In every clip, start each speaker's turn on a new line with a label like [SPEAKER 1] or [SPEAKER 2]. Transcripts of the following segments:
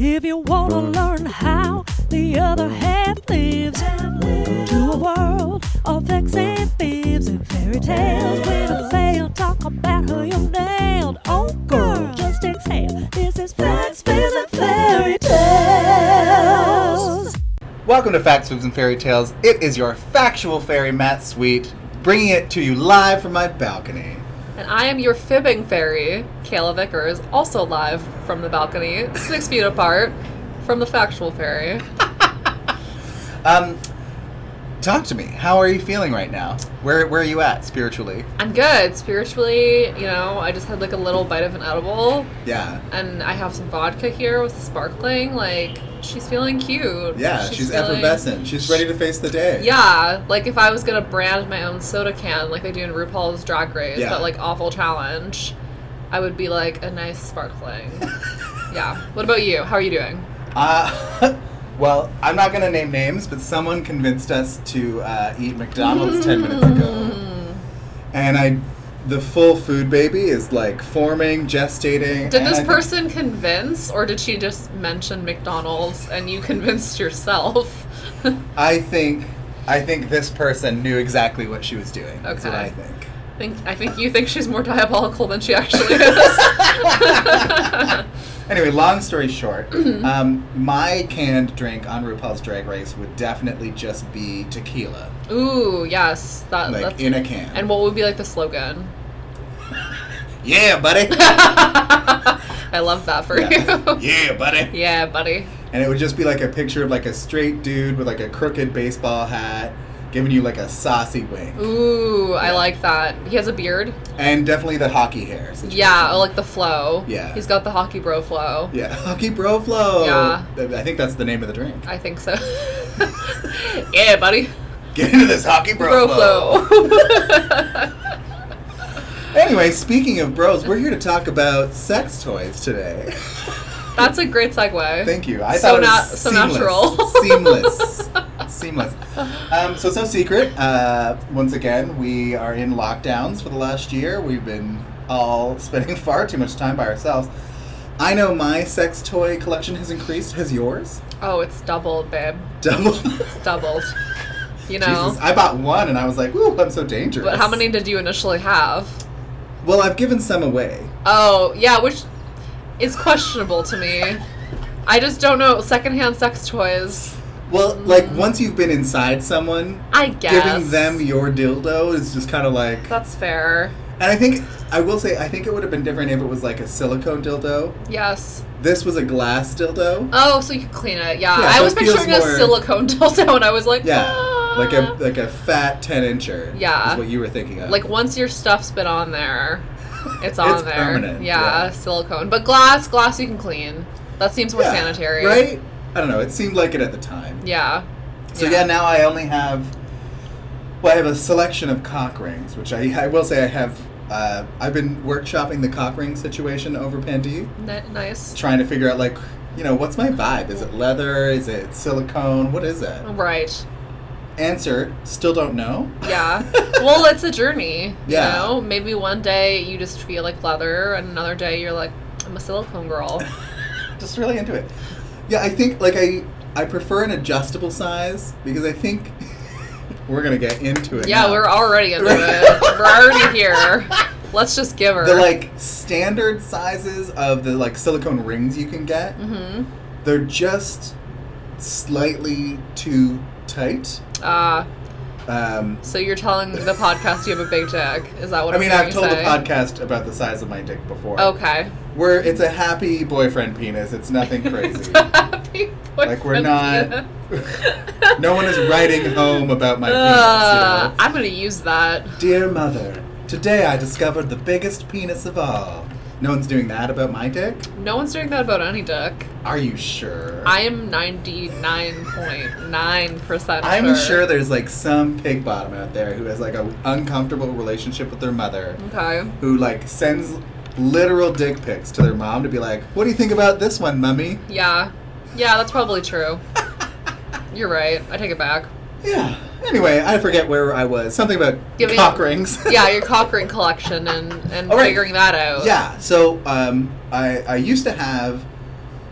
[SPEAKER 1] If you wanna learn how the other half lives, to a world of facts and fibs and fairy tales, when a fail, talk about how you nailed. Oh, girl, just exhale. This is facts, fibs, and fairy tales.
[SPEAKER 2] Welcome to Facts, Fibs, and Fairy Tales. It is your factual fairy, Matt Sweet, bringing it to you live from my balcony.
[SPEAKER 3] And I am your fibbing fairy, Kayla Vickers, also live from the balcony, six feet apart from the factual fairy.
[SPEAKER 2] Um, talk to me. How are you feeling right now? Where Where are you at spiritually?
[SPEAKER 3] I'm good. Spiritually, you know, I just had like a little bite of an edible,
[SPEAKER 2] Yeah,
[SPEAKER 3] and I have some vodka here with the sparkling. Like, she's feeling cute.
[SPEAKER 2] yeah. She's,
[SPEAKER 3] feeling-
[SPEAKER 2] effervescent. She's ready to face the day.
[SPEAKER 3] Yeah, like if I was gonna brand my own soda can, like they do in RuPaul's Drag Race,
[SPEAKER 2] Yeah.
[SPEAKER 3] that like awful challenge, I would be like a nice sparkling. yeah. What about you? How are you doing?
[SPEAKER 2] Uh, well, I'm not gonna name names, but someone convinced us to uh, eat McDonald's ten minutes ago,
[SPEAKER 3] Mm.
[SPEAKER 2] and I. The full food baby is like forming, gestating.
[SPEAKER 3] Did
[SPEAKER 2] and I
[SPEAKER 3] this
[SPEAKER 2] think-
[SPEAKER 3] person convince, or did she just mention McDonald's and you convinced yourself?
[SPEAKER 2] I think, I think this person knew exactly what she was doing. That's what
[SPEAKER 3] Okay.
[SPEAKER 2] I think.
[SPEAKER 3] I think I think you think she's more diabolical than she actually is.
[SPEAKER 2] Anyway, long story short,
[SPEAKER 3] Mm-hmm.
[SPEAKER 2] um, my canned drink on RuPaul's Drag Race would definitely just be tequila,
[SPEAKER 3] Ooh, yes, that,
[SPEAKER 2] like
[SPEAKER 3] Oh, that's.
[SPEAKER 2] in a can.
[SPEAKER 3] and what would be like the slogan?
[SPEAKER 2] yeah, buddy.
[SPEAKER 3] I love that for you.
[SPEAKER 2] yeah, buddy.
[SPEAKER 3] yeah, buddy.
[SPEAKER 2] And it would just be like a picture of like a straight dude with like a crooked baseball hat, giving you like a saucy wink,
[SPEAKER 3] Ooh, I like that. He has a beard.
[SPEAKER 2] and definitely the hockey hair. situation.
[SPEAKER 3] Yeah, I like the flow.
[SPEAKER 2] Yeah.
[SPEAKER 3] He's got the hockey bro flow.
[SPEAKER 2] Yeah, hockey bro flow.
[SPEAKER 3] Yeah.
[SPEAKER 2] I think that's the name of the drink.
[SPEAKER 3] I think so. yeah, buddy.
[SPEAKER 2] Get into this hockey
[SPEAKER 3] Bro
[SPEAKER 2] bro, flow.
[SPEAKER 3] flow.
[SPEAKER 2] Anyway, speaking of bros, we're here to talk about sex toys today.
[SPEAKER 3] That's a great segue.
[SPEAKER 2] Thank you. I
[SPEAKER 3] So
[SPEAKER 2] thought
[SPEAKER 3] nat-
[SPEAKER 2] it was
[SPEAKER 3] so
[SPEAKER 2] seamless.
[SPEAKER 3] natural.
[SPEAKER 2] seamless. Seamless. Um, so it's no secret. Uh, once again, we are in lockdowns for the last year. We've been all spending far too much time by ourselves. I know my sex toy collection has increased. Has yours?
[SPEAKER 3] Oh, it's doubled, babe.
[SPEAKER 2] Double.
[SPEAKER 3] It's doubled. You know.
[SPEAKER 2] Jesus, I bought one and I was like, "Ooh, I'm so dangerous."
[SPEAKER 3] But how many did you initially have?
[SPEAKER 2] Well, I've given some away.
[SPEAKER 3] Oh, yeah, which is questionable to me. I just don't know secondhand sex toys.
[SPEAKER 2] Well,
[SPEAKER 3] Mm.
[SPEAKER 2] like once you've been inside someone,
[SPEAKER 3] I guess
[SPEAKER 2] giving them your dildo is just kind of like
[SPEAKER 3] That's fair.
[SPEAKER 2] And I think I will say I think it would have been different if it was like a silicone dildo.
[SPEAKER 3] Yes.
[SPEAKER 2] This was a glass dildo.
[SPEAKER 3] Oh, so you can clean it. Yeah.
[SPEAKER 2] Yeah,
[SPEAKER 3] I
[SPEAKER 2] so
[SPEAKER 3] was
[SPEAKER 2] it feels
[SPEAKER 3] picturing a
[SPEAKER 2] more-
[SPEAKER 3] silicone dildo and I was like,
[SPEAKER 2] Yeah,
[SPEAKER 3] "Ah."
[SPEAKER 2] like a like a fat ten incher.
[SPEAKER 3] Yeah.
[SPEAKER 2] is what you were thinking of.
[SPEAKER 3] Like once your stuff's been on there, it's on
[SPEAKER 2] It's
[SPEAKER 3] there.
[SPEAKER 2] permanent,
[SPEAKER 3] Yeah,
[SPEAKER 2] yeah.
[SPEAKER 3] silicone. But glass, glass you can clean. That seems more
[SPEAKER 2] Yeah,
[SPEAKER 3] sanitary.
[SPEAKER 2] right? I don't know. It seemed like it at the time.
[SPEAKER 3] Yeah.
[SPEAKER 2] So yeah. now I only have. Well, I have a selection of cock rings, which I, I will say I have. Uh, I've been workshopping the cock ring situation over Pandy,
[SPEAKER 3] Ni- nice.
[SPEAKER 2] trying to figure out like, you know, what's my vibe? Is it leather? Is it silicone? What is it?
[SPEAKER 3] Right.
[SPEAKER 2] Answer: Still don't know.
[SPEAKER 3] Yeah. well, it's a journey.
[SPEAKER 2] Yeah.
[SPEAKER 3] You know, maybe one day you just feel like leather, and another day you're like, I'm a silicone girl.
[SPEAKER 2] just really into it. Yeah, I think like I I prefer an adjustable size because I think we're gonna get into it.
[SPEAKER 3] yeah,
[SPEAKER 2] now.
[SPEAKER 3] we're already into it. We're already here. Let's just give her.
[SPEAKER 2] the like standard sizes of the like silicone rings you can get.
[SPEAKER 3] hmm
[SPEAKER 2] They're just slightly too tight.
[SPEAKER 3] Uh,
[SPEAKER 2] Um,
[SPEAKER 3] so you're telling the podcast you have a big dick? Is that what
[SPEAKER 2] I mean,
[SPEAKER 3] I'm
[SPEAKER 2] I've told
[SPEAKER 3] hearing you
[SPEAKER 2] the
[SPEAKER 3] say?
[SPEAKER 2] podcast about the size of my dick before.
[SPEAKER 3] Okay.
[SPEAKER 2] We're it's a happy boyfriend penis. It's nothing crazy.
[SPEAKER 3] Happy
[SPEAKER 2] like we're
[SPEAKER 3] boyfriend
[SPEAKER 2] not.
[SPEAKER 3] penis.
[SPEAKER 2] no one is writing home about my penis. you know?
[SPEAKER 3] Uh, I'm gonna use that.
[SPEAKER 2] Dear mother, today I discovered the biggest penis of all. No one's doing that about my dick?
[SPEAKER 3] No one's doing that about any dick.
[SPEAKER 2] Are you sure?
[SPEAKER 3] I am 99.9%
[SPEAKER 2] I'm sure. there's like some pig bottom out there who has like a uncomfortable relationship with their mother
[SPEAKER 3] Okay.
[SPEAKER 2] who like sends literal dick pics to their mom to be like, "What do you think about this one, mummy?"
[SPEAKER 3] Yeah. Yeah, that's probably true. You're right. I take it back.
[SPEAKER 2] Yeah. Anyway, I forget where I was. Something about
[SPEAKER 3] Giving-
[SPEAKER 2] cock rings.
[SPEAKER 3] Yeah, your cock ring collection and, and
[SPEAKER 2] All right.
[SPEAKER 3] figuring that out.
[SPEAKER 2] Yeah. So um, I I used to have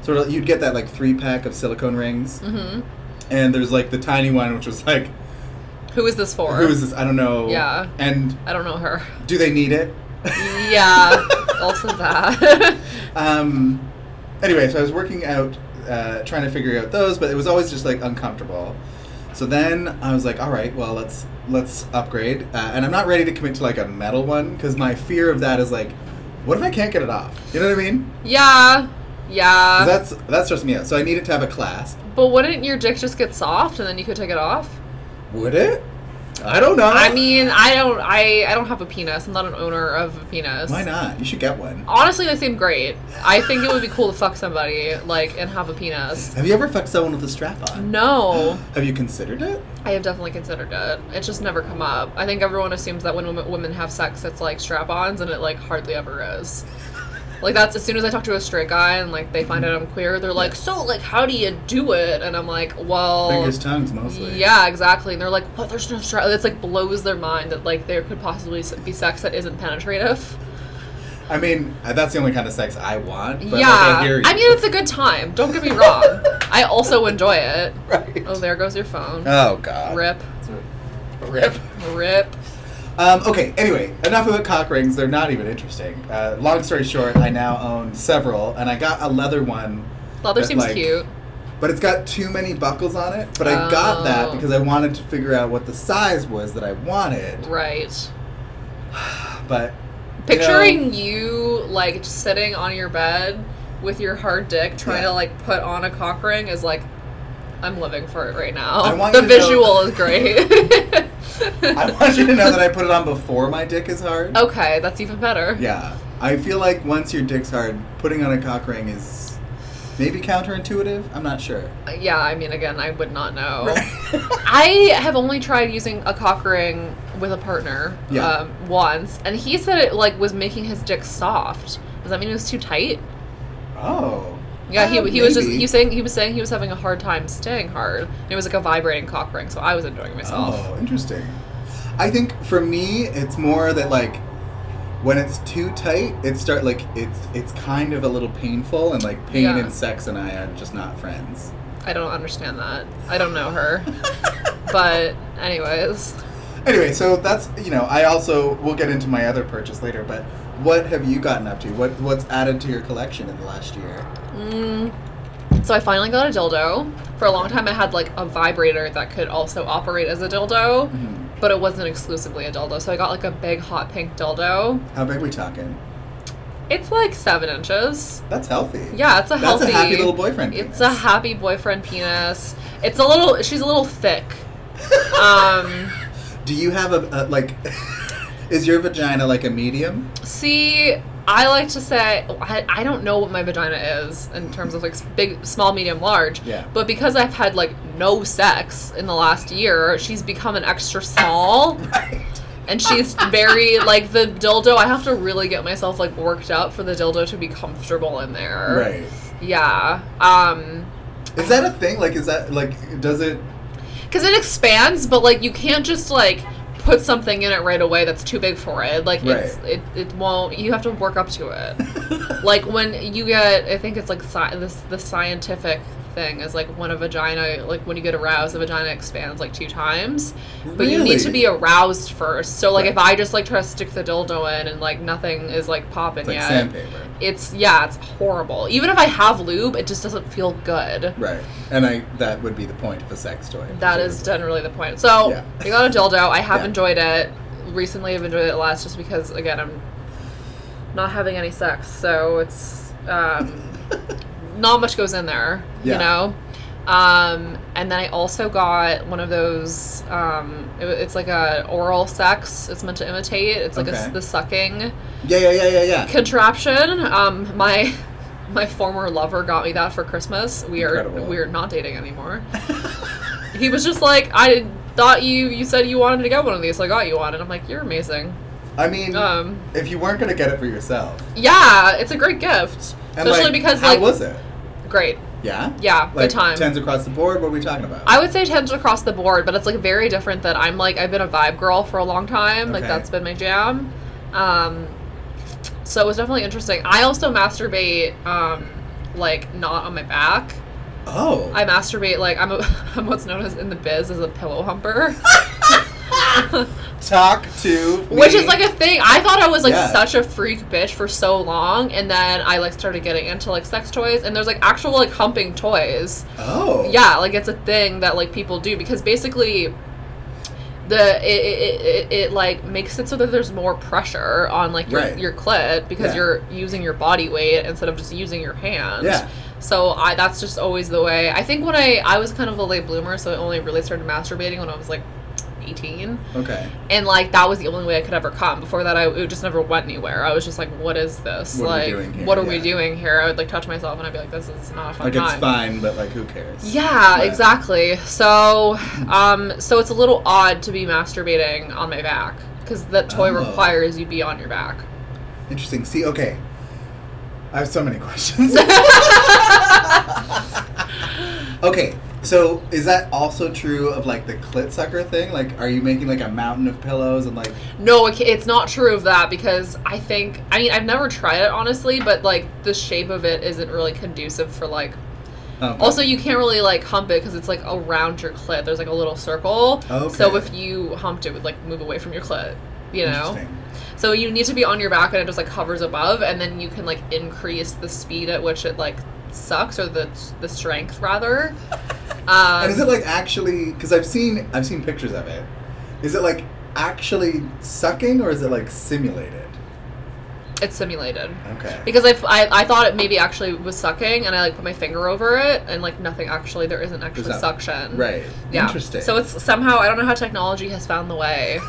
[SPEAKER 2] sort of you'd get that like three pack of silicone rings,
[SPEAKER 3] hmm
[SPEAKER 2] and there's like the tiny one which was like,
[SPEAKER 3] Who is this for?
[SPEAKER 2] who is this? I don't know.
[SPEAKER 3] Yeah.
[SPEAKER 2] And
[SPEAKER 3] I don't know her.
[SPEAKER 2] do they need it?
[SPEAKER 3] Yeah, also that.
[SPEAKER 2] Um, anyway, so I was working out, uh, trying to figure out those, but it was always just like uncomfortable. So then I was like, all right, well let's let's upgrade, uh, and I'm not ready to commit to like a metal one because my fear of that is like, what if I can't get it off? You know what I mean?
[SPEAKER 3] yeah,
[SPEAKER 2] 'Cause
[SPEAKER 3] yeah.
[SPEAKER 2] That's that stresses me out. So I needed to have a clasp.
[SPEAKER 3] but wouldn't your dick just get soft and then you could take it off?
[SPEAKER 2] Would it? I don't know.
[SPEAKER 3] I mean, I don't, I, I don't have a penis. I'm not an owner of a penis.
[SPEAKER 2] why not? You should get one.
[SPEAKER 3] Honestly, they seem great. I think it would be cool to fuck somebody like and have a penis.
[SPEAKER 2] Have you ever fucked someone with a strap on?
[SPEAKER 3] No,
[SPEAKER 2] Have you considered it?
[SPEAKER 3] I have definitely considered it. It's just never come up. I think everyone assumes that when women, women have sex, it's like strap-ons, and it like hardly ever is. Like that's as soon as I talk to a straight guy and like they find out I'm queer, they're like, "So like, how do you do it?" And I'm like, "Well,
[SPEAKER 2] Fingers, tongues, mostly.
[SPEAKER 3] Oh, yeah, exactly." And they're like, "What? There's no strap." It's like blows their mind that like there could possibly s- be sex that isn't penetrative.
[SPEAKER 2] I mean, uh, that's the only kind of sex I want. But like,
[SPEAKER 3] yeah,
[SPEAKER 2] I hear you.
[SPEAKER 3] I mean it's a good time. Don't get me wrong. I also enjoy it.
[SPEAKER 2] Right.
[SPEAKER 3] Oh, there goes your phone.
[SPEAKER 2] Oh god.
[SPEAKER 3] Rip,
[SPEAKER 2] Rip.
[SPEAKER 3] rip.
[SPEAKER 2] Um, okay. Anyway, enough about cock rings. They're not even interesting. Uh, long story short, I now own several, and I got a leather one,
[SPEAKER 3] Leather
[SPEAKER 2] But,
[SPEAKER 3] seems
[SPEAKER 2] like,
[SPEAKER 3] cute.
[SPEAKER 2] but it's got too many buckles on it. But I got that
[SPEAKER 3] Oh.
[SPEAKER 2] because I wanted to figure out what the size was that I wanted.
[SPEAKER 3] Right.
[SPEAKER 2] But you know,
[SPEAKER 3] Picturing you like sitting on your bed with your hard dick trying
[SPEAKER 2] Yeah.
[SPEAKER 3] to like put on a cock ring is like I'm living for it right now.
[SPEAKER 2] I want
[SPEAKER 3] the
[SPEAKER 2] you to know-
[SPEAKER 3] visual is great.
[SPEAKER 2] I want you to know that I put it on before my dick is hard.
[SPEAKER 3] Okay, that's even better.
[SPEAKER 2] Yeah. I feel like once your dick's hard, putting on a cock ring is maybe counterintuitive. I'm not sure.
[SPEAKER 3] Yeah, I mean again, I would not know. I have only tried using a cock ring with a partner
[SPEAKER 2] Yeah.
[SPEAKER 3] um, once, and he said it like was making his dick soft. Does that mean it was too tight?
[SPEAKER 2] oh.
[SPEAKER 3] Yeah, he,
[SPEAKER 2] Uh,
[SPEAKER 3] he was just
[SPEAKER 2] maybe.
[SPEAKER 3] he was saying he was saying he was having a hard time staying hard. And it was like a vibrating cock ring, so I was enjoying myself.
[SPEAKER 2] Oh, interesting. I think for me, it's more that like when it's too tight, it start like it's it's kind of a little painful, and like pain
[SPEAKER 3] Yeah.
[SPEAKER 2] and sex and I are just not friends.
[SPEAKER 3] I don't understand that. I don't know her, but anyways,
[SPEAKER 2] Anyway, so that's you know I also we'll get into my other purchase later, but what have you gotten up to? What what's added to your collection in the last year?
[SPEAKER 3] mm. so I finally got a dildo. For a long time, I had like a vibrator that could also operate as a dildo,
[SPEAKER 2] Mhm.
[SPEAKER 3] but it wasn't exclusively a dildo. So I got like a big hot pink dildo.
[SPEAKER 2] How big we talking?
[SPEAKER 3] It's like seven inches.
[SPEAKER 2] That's healthy.
[SPEAKER 3] Yeah, it's a
[SPEAKER 2] That's a
[SPEAKER 3] healthy.
[SPEAKER 2] happy little boyfriend.
[SPEAKER 3] It's
[SPEAKER 2] penis.
[SPEAKER 3] a happy boyfriend penis. It's a little. She's a little thick. Um,
[SPEAKER 2] Do you have a, a like? is your vagina like a medium?
[SPEAKER 3] see, I like to say I, I don't know what my vagina is in terms of like s- big, small, medium, large.
[SPEAKER 2] Yeah.
[SPEAKER 3] But because I've had like no sex in the last year, she's become an extra small.
[SPEAKER 2] Right.
[SPEAKER 3] And she's very like the dildo. I have to really get myself like worked up for the dildo to be comfortable in there.
[SPEAKER 2] Right.
[SPEAKER 3] Yeah. Um.
[SPEAKER 2] Is that a thing? Like, is that like? Does it?
[SPEAKER 3] Because it expands, but like you can't just like put something in it right away that's too big for it. Like it's,
[SPEAKER 2] Right.
[SPEAKER 3] it it won't. You have to work up to it. like when you get, I think it's like sci- this the scientific thing is like when a vagina like when you get aroused the vagina expands like two times but you need to
[SPEAKER 2] Really?
[SPEAKER 3] be aroused first so like if
[SPEAKER 2] Right.
[SPEAKER 3] i just like try to stick the dildo in and like nothing is like popping
[SPEAKER 2] It's like
[SPEAKER 3] yet
[SPEAKER 2] sandpaper,
[SPEAKER 3] it's yeah it's horrible even if i have lube it just doesn't feel good
[SPEAKER 2] right? And I that would be the point of a sex toy.
[SPEAKER 3] That is generally the point. So
[SPEAKER 2] Yeah.
[SPEAKER 3] I got a dildo. I have
[SPEAKER 2] Yeah.
[SPEAKER 3] enjoyed it. Recently, I've enjoyed it less just because, again, I'm not having any sex, so it's um, not much goes in there,
[SPEAKER 2] Yeah.
[SPEAKER 3] you know. Um, and then I also got one of those. Um, it, it's like a oral sex. It's meant to imitate. It's like a s
[SPEAKER 2] Okay.
[SPEAKER 3] the sucking
[SPEAKER 2] Yeah, yeah, yeah, yeah, yeah.
[SPEAKER 3] contraption. Um, my my former lover got me that for Christmas. We are
[SPEAKER 2] Incredible.
[SPEAKER 3] we are not dating anymore. he was just like, I thought you you said you wanted to get one of these, so I got you one, and I'm like, you're amazing.
[SPEAKER 2] I mean,
[SPEAKER 3] Um,
[SPEAKER 2] if you weren't gonna get it for yourself,
[SPEAKER 3] yeah, it's a great gift,
[SPEAKER 2] and
[SPEAKER 3] especially
[SPEAKER 2] like,
[SPEAKER 3] because
[SPEAKER 2] how
[SPEAKER 3] like
[SPEAKER 2] was it?
[SPEAKER 3] great,
[SPEAKER 2] Yeah.
[SPEAKER 3] yeah,
[SPEAKER 2] Like
[SPEAKER 3] good time.
[SPEAKER 2] tens across the board. What are we talking about?
[SPEAKER 3] I would say tens across the board, but it's like very different that I'm like I've been a vibe girl for a long time. Like
[SPEAKER 2] Okay.
[SPEAKER 3] that's been my jam. Um, so it was definitely interesting. I also masturbate um, like not on my back.
[SPEAKER 2] Oh.
[SPEAKER 3] I masturbate like I'm, a, I'm what's known as in the biz as a pillow humper,
[SPEAKER 2] Talk to.
[SPEAKER 3] which
[SPEAKER 2] me.
[SPEAKER 3] is like a thing. I thought I was like
[SPEAKER 2] Yeah.
[SPEAKER 3] such a freak bitch for so long, and then I like started getting into like sex toys, and there's like actual like humping toys.
[SPEAKER 2] Oh.
[SPEAKER 3] yeah like it's a thing that like people do because basically the it, it, it, it like makes it so that there's more pressure on like your,
[SPEAKER 2] Right.
[SPEAKER 3] your clit because
[SPEAKER 2] Yeah.
[SPEAKER 3] you're using your body weight instead of just using your hand
[SPEAKER 2] Yeah.
[SPEAKER 3] so i that's just always the way i think when i i was kind of a late bloomer so i only really started masturbating when i was like 18
[SPEAKER 2] Okay.
[SPEAKER 3] and like that was the only way I could ever come. Before that, I it just never went anywhere. I was just like, "What is this?
[SPEAKER 2] What are we
[SPEAKER 3] like,
[SPEAKER 2] doing here?"
[SPEAKER 3] what are we
[SPEAKER 2] Yeah.
[SPEAKER 3] doing here?" I would like touch myself, and I'd be like, "This is not a fun
[SPEAKER 2] Like
[SPEAKER 3] time."
[SPEAKER 2] it's fine, but like who cares?
[SPEAKER 3] Oh Yeah,
[SPEAKER 2] Right.
[SPEAKER 3] exactly. So, um, so it's a little odd to be masturbating on my back because that toy
[SPEAKER 2] Oh.
[SPEAKER 3] requires you be on your back.
[SPEAKER 2] Interesting. See, okay. I have so many questions. okay, so is that also true of like the clit sucker thing? Like, are you making like a mountain of pillows and like,
[SPEAKER 3] No, it ca- it's not true of that because I think I mean I've never tried it honestly, but like the shape of it isn't really conducive for like.
[SPEAKER 2] um,
[SPEAKER 3] Also, you can't really like hump it because it's like around your clit. There's like a little circle. So
[SPEAKER 2] Okay.
[SPEAKER 3] if you humped it, it would like move away from your clit. You know.
[SPEAKER 2] interesting.
[SPEAKER 3] So you need to be on your back and it just like hovers above and then you can like increase the speed at which it like sucks or the the strength rather. Um,
[SPEAKER 2] and is it like actually? Because I've seen I've seen pictures of it. Is it like actually sucking or is it like simulated?
[SPEAKER 3] it's simulated.
[SPEAKER 2] Okay.
[SPEAKER 3] Because I, I, I thought it maybe actually was sucking and I like put my finger over it and like nothing actually there isn't actually
[SPEAKER 2] There's not-
[SPEAKER 3] suction.
[SPEAKER 2] Right.
[SPEAKER 3] Yeah.
[SPEAKER 2] Interesting.
[SPEAKER 3] So it's somehow I don't know how technology has found the way.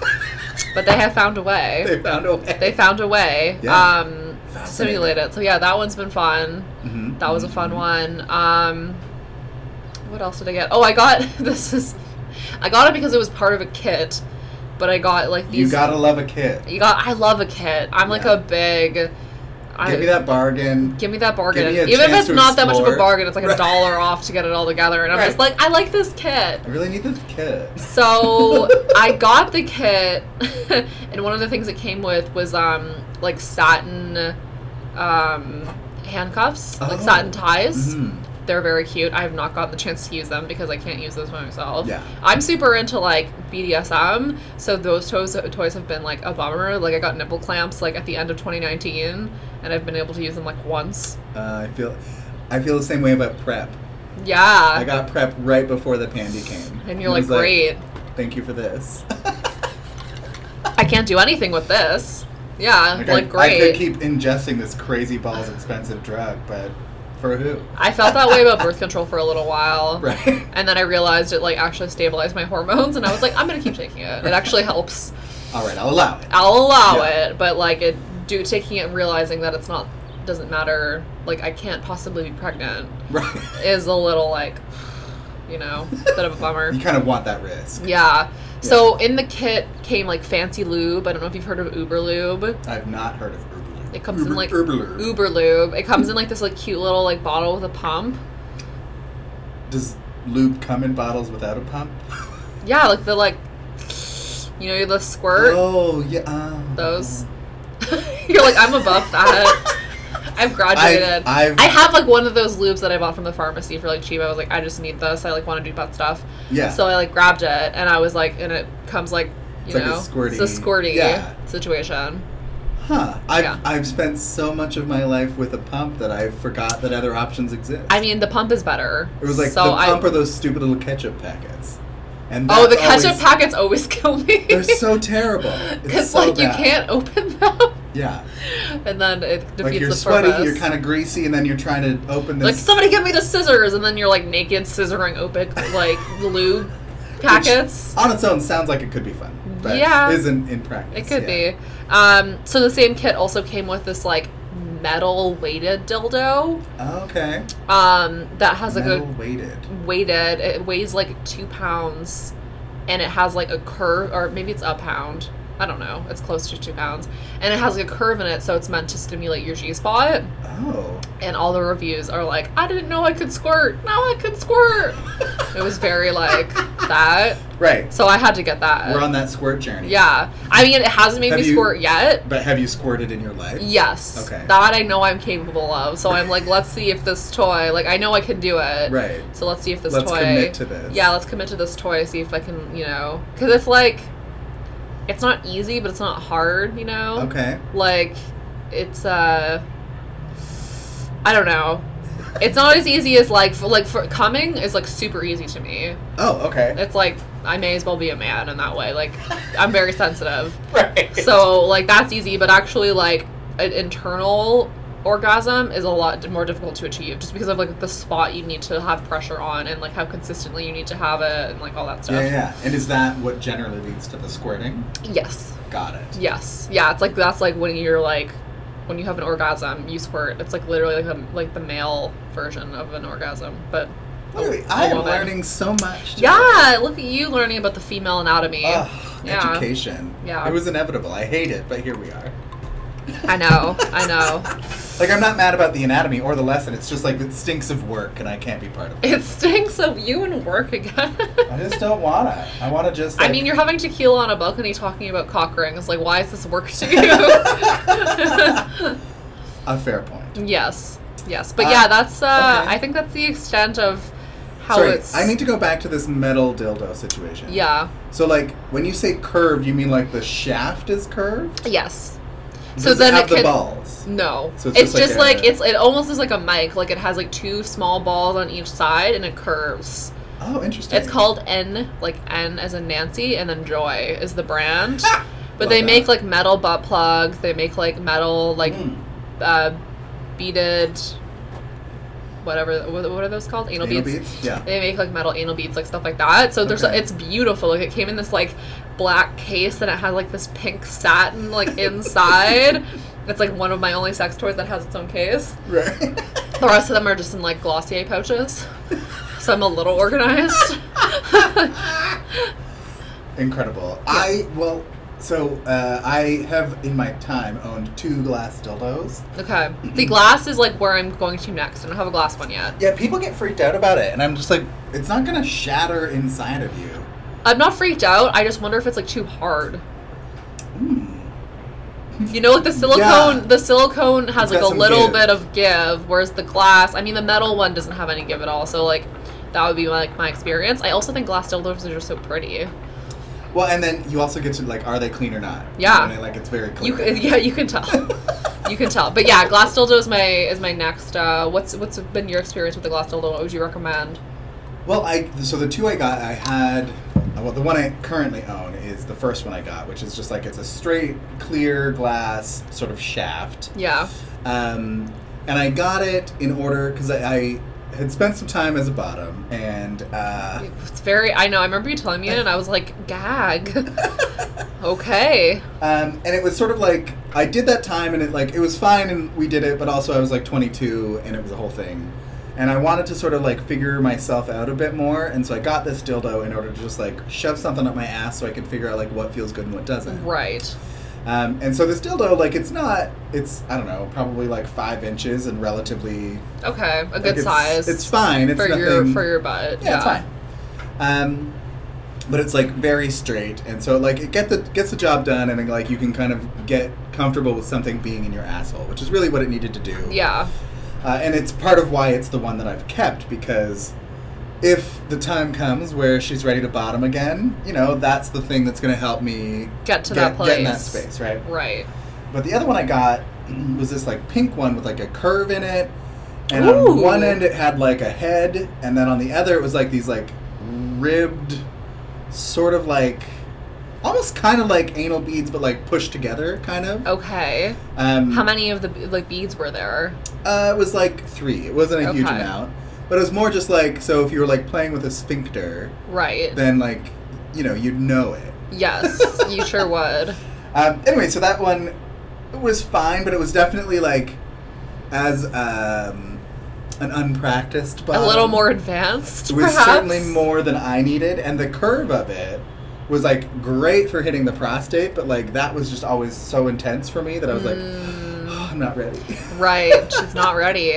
[SPEAKER 3] but they have found a way.
[SPEAKER 2] they found a way.
[SPEAKER 3] They found a way.
[SPEAKER 2] Yeah.
[SPEAKER 3] Um to
[SPEAKER 2] Fascinating.
[SPEAKER 3] simulate it. So yeah, that one's been fun.
[SPEAKER 2] Mhm.
[SPEAKER 3] That was a fun one. Um, what else did I get? Oh, I got this is, I got it because it was part of a kit, but I got like these.
[SPEAKER 2] You gotta love a kid.
[SPEAKER 3] You got. I love a kit. I'm like
[SPEAKER 2] Yeah.
[SPEAKER 3] a big. I,
[SPEAKER 2] Give me that bargain.
[SPEAKER 3] Give me that bargain.
[SPEAKER 2] Give me a
[SPEAKER 3] Even if
[SPEAKER 2] chance
[SPEAKER 3] it's
[SPEAKER 2] to
[SPEAKER 3] not that much of a
[SPEAKER 2] explore.
[SPEAKER 3] bargain, it's like a
[SPEAKER 2] Right.
[SPEAKER 3] dollar off to get it all together, and I'm just
[SPEAKER 2] Right.
[SPEAKER 3] like, I like this kit.
[SPEAKER 2] I really need this kid.
[SPEAKER 3] So I got the kit, and one of the things it came with was um like satin, um handcuffs, like
[SPEAKER 2] Oh.
[SPEAKER 3] satin ties.
[SPEAKER 2] Mhm.
[SPEAKER 3] They're very cute. I have not gotten the chance to use them because I can't use those by myself.
[SPEAKER 2] Yeah.
[SPEAKER 3] I'm super into like BDSM, so those toys toys have been like a bummer. Like I got nipple clamps like at the end of 2019, and I've been able to use them like once.
[SPEAKER 2] Uh, I feel, I feel the same way about prep.
[SPEAKER 3] Yeah.
[SPEAKER 2] I got prep right before the pandy came,
[SPEAKER 3] and you're
[SPEAKER 2] I
[SPEAKER 3] like,
[SPEAKER 2] was
[SPEAKER 3] great.
[SPEAKER 2] Thank you for this.
[SPEAKER 3] I can't do anything with this. Yeah, like,
[SPEAKER 2] I-
[SPEAKER 3] great.
[SPEAKER 2] I could keep ingesting this crazy balls expensive drug, but for who?
[SPEAKER 3] I felt that way about birth control for a little while.
[SPEAKER 2] Right.
[SPEAKER 3] And then I realized it like actually stabilized my hormones and I was like, I'm gonna keep taking it. It actually helps.
[SPEAKER 2] All right, I'll allow it.
[SPEAKER 3] I'll allow
[SPEAKER 2] Yeah.
[SPEAKER 3] it, but like it do taking it and realizing that it's not doesn't matter like I can't possibly be pregnant
[SPEAKER 2] Right.
[SPEAKER 3] is a little like you know, bit of a bummer.
[SPEAKER 2] You kind of want that risk.
[SPEAKER 3] Yeah. So in the kit came like fancy lube. I don't know if you've heard of Uber Lube.
[SPEAKER 2] I've not heard of Herbal.
[SPEAKER 3] It comes in
[SPEAKER 2] Uber-
[SPEAKER 3] like
[SPEAKER 2] Herbal.
[SPEAKER 3] Uber Lube. It comes in like this like cute little like bottle with a pump.
[SPEAKER 2] Does lube come in bottles without a pump?
[SPEAKER 3] Yeah, like the like, you know, the squirt.
[SPEAKER 2] Oh yeah. um,
[SPEAKER 3] Er. Those. You're like, I'm above that. I've graduated.
[SPEAKER 2] I've-
[SPEAKER 3] I have like one of those lubes that I bought from the pharmacy for like cheap. I was like, I just need this. I like want to do butt stuff.
[SPEAKER 2] Yeah.
[SPEAKER 3] So I like grabbed it and I was like, and it comes like, you
[SPEAKER 2] It's like a
[SPEAKER 3] know,
[SPEAKER 2] squirty-
[SPEAKER 3] it's a squirty
[SPEAKER 2] yeah.
[SPEAKER 3] situation.
[SPEAKER 2] Huh. I've,
[SPEAKER 3] Yeah.
[SPEAKER 2] I've spent so much of my life with a pump that I forgot that other options exist.
[SPEAKER 3] I mean, the pump is better.
[SPEAKER 2] it was like
[SPEAKER 3] so
[SPEAKER 2] the
[SPEAKER 3] I-
[SPEAKER 2] pump or those stupid little ketchup packets. And
[SPEAKER 3] Oh, the
[SPEAKER 2] that's
[SPEAKER 3] ketchup
[SPEAKER 2] always-
[SPEAKER 3] packets always kill me.
[SPEAKER 2] They're so terrible.
[SPEAKER 3] Because
[SPEAKER 2] It's so
[SPEAKER 3] like
[SPEAKER 2] bad.
[SPEAKER 3] you can't open them,
[SPEAKER 2] Yeah.
[SPEAKER 3] and then it defeats
[SPEAKER 2] Like you're
[SPEAKER 3] the
[SPEAKER 2] sweaty,
[SPEAKER 3] purpose.
[SPEAKER 2] you're kind of greasy, and then you're trying to open
[SPEAKER 3] like
[SPEAKER 2] this.
[SPEAKER 3] somebody give me the scissors and then you're like naked scissoring open like lube packets
[SPEAKER 2] Which on its own sounds like it could be fun, but
[SPEAKER 3] Yeah.
[SPEAKER 2] isn't in practice.
[SPEAKER 3] it could
[SPEAKER 2] yeah.
[SPEAKER 3] be um so the same kit also came with this like metal weighted dildo
[SPEAKER 2] Okay.
[SPEAKER 3] um that has like
[SPEAKER 2] Metal weighted.
[SPEAKER 3] a weighted it weighs like two pounds and it has like a curve or maybe it's a pound I don't know. It's close to two pounds, and it has like a curve in it, so it's meant to stimulate your G spot.
[SPEAKER 2] Oh.
[SPEAKER 3] And all the reviews are like, "I didn't know I could squirt. Now I can squirt." it was very like that.
[SPEAKER 2] Right.
[SPEAKER 3] So I had to get that.
[SPEAKER 2] We're on that squirt journey.
[SPEAKER 3] yeah, I mean, it hasn't made
[SPEAKER 2] Have
[SPEAKER 3] me
[SPEAKER 2] you-
[SPEAKER 3] squirt yet.
[SPEAKER 2] But have you squirted in your life?
[SPEAKER 3] Yes.
[SPEAKER 2] Okay.
[SPEAKER 3] That I know I'm capable of. So I'm like, let's see if this toy, like, I know I can do it.
[SPEAKER 2] Right.
[SPEAKER 3] So let's see if this
[SPEAKER 2] Let's
[SPEAKER 3] toy.
[SPEAKER 2] commit to this.
[SPEAKER 3] Yeah, let's commit to this toy. See if I can, you know, because it's like, it's not easy, but it's not hard, you know.
[SPEAKER 2] Okay.
[SPEAKER 3] Like, it's uh, I don't know. It's not as easy as like for, like for coming is like super easy to me.
[SPEAKER 2] Oh, okay.
[SPEAKER 3] It's like I may as well be a man in that way. Like I'm very sensitive.
[SPEAKER 2] Right.
[SPEAKER 3] So like that's easy, but actually like an internal orgasm is a lot more difficult to achieve just because of like the spot you need to have pressure on and like how consistently you need to have it and like all that
[SPEAKER 2] Yeah,
[SPEAKER 3] stuff.
[SPEAKER 2] yeah, yeah. And is that what generally leads to the squirting?
[SPEAKER 3] Yes.
[SPEAKER 2] Got it.
[SPEAKER 3] Yes. Yeah, it's like that's like when you're like when you have an orgasm, you squirt. It's like literally like, a, like the male version of an orgasm, but
[SPEAKER 2] Literally, I am
[SPEAKER 3] woman.
[SPEAKER 2] learning so much. today.
[SPEAKER 3] yeah, look at you learning about the female anatomy.
[SPEAKER 2] Ugh,
[SPEAKER 3] Yeah.
[SPEAKER 2] Education.
[SPEAKER 3] Yeah.
[SPEAKER 2] It was inevitable. I hate it, but here we are.
[SPEAKER 3] I know, I know.
[SPEAKER 2] Like, I'm not mad about the anatomy or the lesson. It's just like it stinks of work, and I can't be part of it.
[SPEAKER 3] It stinks of you and work again.
[SPEAKER 2] I just don't wanna. I wanna just.
[SPEAKER 3] I
[SPEAKER 2] like-
[SPEAKER 3] mean, you're having tequila on a balcony talking about cock rings. Like, why is this work to you?
[SPEAKER 2] a fair point.
[SPEAKER 3] yes, yes, but yeah,
[SPEAKER 2] Uh,
[SPEAKER 3] that's. Uh,
[SPEAKER 2] okay.
[SPEAKER 3] I think that's the extent of how
[SPEAKER 2] Sorry,
[SPEAKER 3] it's.
[SPEAKER 2] I need to go back to this metal dildo situation.
[SPEAKER 3] Yeah.
[SPEAKER 2] So, like, when you say curved, you mean like the shaft is curved?
[SPEAKER 3] Yes. So
[SPEAKER 2] Does
[SPEAKER 3] then
[SPEAKER 2] it have
[SPEAKER 3] it
[SPEAKER 2] the
[SPEAKER 3] can-
[SPEAKER 2] balls.
[SPEAKER 3] No.
[SPEAKER 2] So
[SPEAKER 3] it's, just, like,
[SPEAKER 2] a-
[SPEAKER 3] it's it almost is like a mic. Like it has like two small balls on each side and it curves.
[SPEAKER 2] Oh, interesting.
[SPEAKER 3] It's called N, like N as in Nancy, and then Joy is the brand. But
[SPEAKER 2] Love
[SPEAKER 3] they
[SPEAKER 2] that.
[SPEAKER 3] make like metal butt plugs. They make like metal like
[SPEAKER 2] Mm.
[SPEAKER 3] uh, beaded, whatever. What, what are those called? Anal,
[SPEAKER 2] Anal
[SPEAKER 3] beads.
[SPEAKER 2] beads? Yeah.
[SPEAKER 3] They make like metal anal beads, like stuff like that. So there's
[SPEAKER 2] Okay.
[SPEAKER 3] it's beautiful. Like it came in this like black case, and it had like this pink satin like inside. It's like one of my only sex toys that has its own case.
[SPEAKER 2] Right.
[SPEAKER 3] The rest of them are just in like Glossier pouches. So I'm a little organized.
[SPEAKER 2] Incredible. I well, so uh, I have in my time owned two glass dildos.
[SPEAKER 3] okay. The glass is like where I'm going to next. I don't have a glass one yet.
[SPEAKER 2] Yeah, people get freaked out about it, and I'm just like, it's not gonna shatter inside of you.
[SPEAKER 3] I'm not freaked out. I just wonder if it's like too hard.
[SPEAKER 2] Hmm.
[SPEAKER 3] You know, like the silicone,
[SPEAKER 2] Yeah.
[SPEAKER 3] the silicone has
[SPEAKER 2] It's
[SPEAKER 3] like
[SPEAKER 2] got
[SPEAKER 3] a
[SPEAKER 2] some
[SPEAKER 3] little
[SPEAKER 2] give.
[SPEAKER 3] bit of give, whereas the glass, I mean, the metal one doesn't have any give at all. So like, that would be like my experience. I also think glass dildos are just so pretty.
[SPEAKER 2] Well, and then you also get to like, are they clean or not? You
[SPEAKER 3] Yeah.
[SPEAKER 2] know, and, like it's very clean.
[SPEAKER 3] You c- yeah, you can tell, you can tell. But yeah, glass dildo is my is my next. Uh, what's what's been your experience with the glass dildo? What would you recommend?
[SPEAKER 2] Well, I so the two I got, I had. uh, Well, the one I currently own is the first one I got, which is just like it's a straight clear glass sort of shaft.
[SPEAKER 3] Yeah,
[SPEAKER 2] Um, and I got it in order because I, I had spent some time as a bottom, and uh,
[SPEAKER 3] it's very. I know. I remember you telling me it, and I was like, gag. okay.
[SPEAKER 2] um, and it was sort of like I did that time, and it like it was fine, and we did it, but also I was like 22, and it was a whole thing, and I wanted to sort of like figure myself out a bit more, and so I got this dildo in order to just like shove something up my ass so I could figure out like what feels good and what doesn't.
[SPEAKER 3] Right.
[SPEAKER 2] Um, and so this dildo, like it's not, it's I don't know, probably like five inches and relatively
[SPEAKER 3] Okay. A
[SPEAKER 2] like,
[SPEAKER 3] good
[SPEAKER 2] it's-
[SPEAKER 3] size.
[SPEAKER 2] It's fine. It's
[SPEAKER 3] for
[SPEAKER 2] nothing.
[SPEAKER 3] your for your butt.
[SPEAKER 2] yeah, it's fine. Um, but it's like very straight, and so like it get the gets the job done, and like you can kind of get comfortable with something being in your asshole, which is really what it needed to do.
[SPEAKER 3] Yeah.
[SPEAKER 2] Uh, and it's part of why it's the one that I've kept because if the time comes where she's ready to bottom again, you know that's the thing that's going to help me
[SPEAKER 3] Get to that
[SPEAKER 2] get in that
[SPEAKER 3] place.
[SPEAKER 2] space, right?
[SPEAKER 3] Right.
[SPEAKER 2] But the other one I got was this like pink one with like a curve in it. And on
[SPEAKER 3] Ooh.
[SPEAKER 2] one end it had like a head, and then on the other it was like these like ribbed, sort of like almost kind of like anal beads, but like pushed together, kind of.
[SPEAKER 3] Okay.
[SPEAKER 2] Um,
[SPEAKER 3] Oh. How many of the like beads were there?
[SPEAKER 2] Uh, it was like three. It wasn't a huge
[SPEAKER 3] Okay.
[SPEAKER 2] amount, but it was more just like so if you were like playing with a sphincter,
[SPEAKER 3] Right.
[SPEAKER 2] then like you know you'd know it.
[SPEAKER 3] yes, you sure would.
[SPEAKER 2] Um, anyway, so that one was fine, but it was definitely like as um, an unpracticed bottom.
[SPEAKER 3] a little more advanced,
[SPEAKER 2] It was
[SPEAKER 3] perhaps.
[SPEAKER 2] certainly more than I needed, and the curve of it was like great for hitting the prostate, but like that was just always so intense for me that I was like,
[SPEAKER 3] Mm.
[SPEAKER 2] "Oh, I'm not ready.
[SPEAKER 3] Right. She's not ready.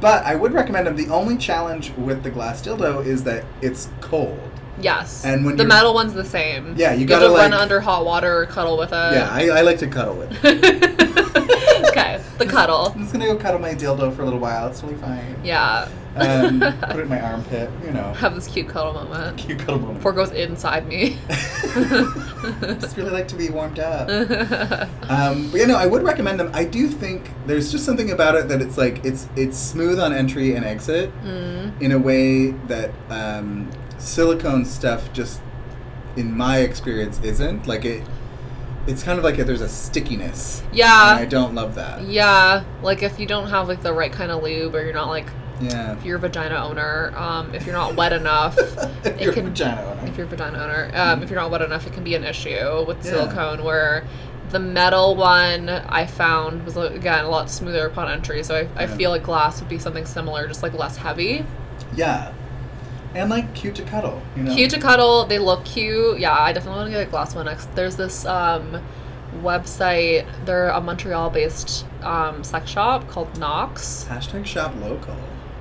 [SPEAKER 2] But I would recommend them. The only challenge with the glass dildo is that it's cold.
[SPEAKER 3] Yes.
[SPEAKER 2] And when
[SPEAKER 3] the
[SPEAKER 2] you're-
[SPEAKER 3] metal one's the same.
[SPEAKER 2] Yeah, you
[SPEAKER 3] have
[SPEAKER 2] gotta,
[SPEAKER 3] to run
[SPEAKER 2] like-
[SPEAKER 3] under hot water or cuddle with it.
[SPEAKER 2] yeah, I, I like to cuddle with it.
[SPEAKER 3] okay. The cuddle.
[SPEAKER 2] I'm just gonna go cuddle my dildo for a little while. It's really fine.
[SPEAKER 3] Yeah.
[SPEAKER 2] Um, put it in my armpit. You know,
[SPEAKER 3] Have this cute cuddle moment.
[SPEAKER 2] you cuddle moment.
[SPEAKER 3] Before it goes inside me.
[SPEAKER 2] just really like to be warmed up. um, but yeah, no, I would recommend them. I do think there's just something about it that it's like it's it's smooth on entry and exit
[SPEAKER 3] Mm.
[SPEAKER 2] in a way that um, silicone stuff just, in my experience, isn't. Like it, it's kind of like there's a stickiness, and I
[SPEAKER 3] yeah.
[SPEAKER 2] don't love that.
[SPEAKER 3] Yeah. Like if you don't have like the right kind of lube or you're not like
[SPEAKER 2] Yeah,
[SPEAKER 3] if you're a vagina owner, um, if you're not wet enough,
[SPEAKER 2] if
[SPEAKER 3] it
[SPEAKER 2] you're a
[SPEAKER 3] can-
[SPEAKER 2] vagina owner.
[SPEAKER 3] if you're a vagina owner, um, if you're not wet enough, it can be an issue with
[SPEAKER 2] Yeah.
[SPEAKER 3] silicone. Where the metal one I found was again a lot smoother upon entry, so I, I
[SPEAKER 2] Yeah.
[SPEAKER 3] feel like glass would be something similar, just like less heavy.
[SPEAKER 2] yeah, and like cute to cuddle. You know?
[SPEAKER 3] Cute to cuddle, they look cute. Yeah, I definitely want to get a glass one next. There's this um, website, they're a Montreal based um, sex shop called Knox.
[SPEAKER 2] Hashtag shop local.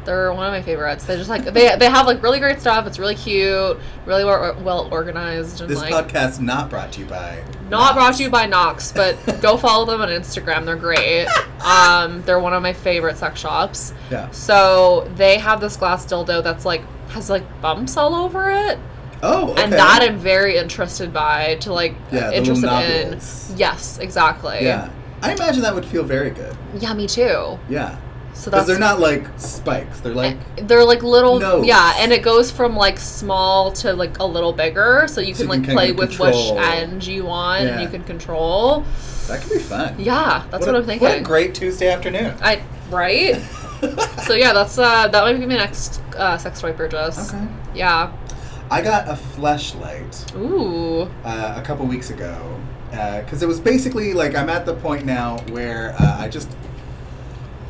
[SPEAKER 3] They're one of my favorites. They just like they they have like really great stuff. It's really cute, really well, well organized, and
[SPEAKER 2] This
[SPEAKER 3] like
[SPEAKER 2] podcast not brought to you by.
[SPEAKER 3] Not brought to you by Knox, but go follow them on Instagram. They're great. Um, they're one of my favorite sex shops.
[SPEAKER 2] Yeah.
[SPEAKER 3] So they have this glass dildo that's like has like bumps all over it,
[SPEAKER 2] Oh, okay.
[SPEAKER 3] and that I'm very interested by to like
[SPEAKER 2] Yeah, the
[SPEAKER 3] interested
[SPEAKER 2] little
[SPEAKER 3] in.
[SPEAKER 2] nodules.
[SPEAKER 3] Yes, exactly.
[SPEAKER 2] Yeah. I imagine that would feel very good.
[SPEAKER 3] Yeah, me too.
[SPEAKER 2] Yeah.
[SPEAKER 3] So
[SPEAKER 2] Because
[SPEAKER 3] that's
[SPEAKER 2] they're not like spikes. They're like.
[SPEAKER 3] they're like little
[SPEAKER 2] Nodes.
[SPEAKER 3] yeah, and it goes from like small to like a little bigger, so you
[SPEAKER 2] So
[SPEAKER 3] can
[SPEAKER 2] you
[SPEAKER 3] like
[SPEAKER 2] can
[SPEAKER 3] play
[SPEAKER 2] kinda
[SPEAKER 3] with
[SPEAKER 2] control.
[SPEAKER 3] which end you want
[SPEAKER 2] Yeah.
[SPEAKER 3] and you can control.
[SPEAKER 2] That could be fun.
[SPEAKER 3] Yeah, that's what,
[SPEAKER 2] a-
[SPEAKER 3] I'm thinking.
[SPEAKER 2] What a great Tuesday afternoon.
[SPEAKER 3] I right. so yeah, that's uh that might be my next uh, sex toy purchase.
[SPEAKER 2] Okay.
[SPEAKER 3] Yeah.
[SPEAKER 2] I got a fleshlight
[SPEAKER 3] Ooh.
[SPEAKER 2] uh, a couple weeks ago because it was basically like I'm at the point now where uh, I just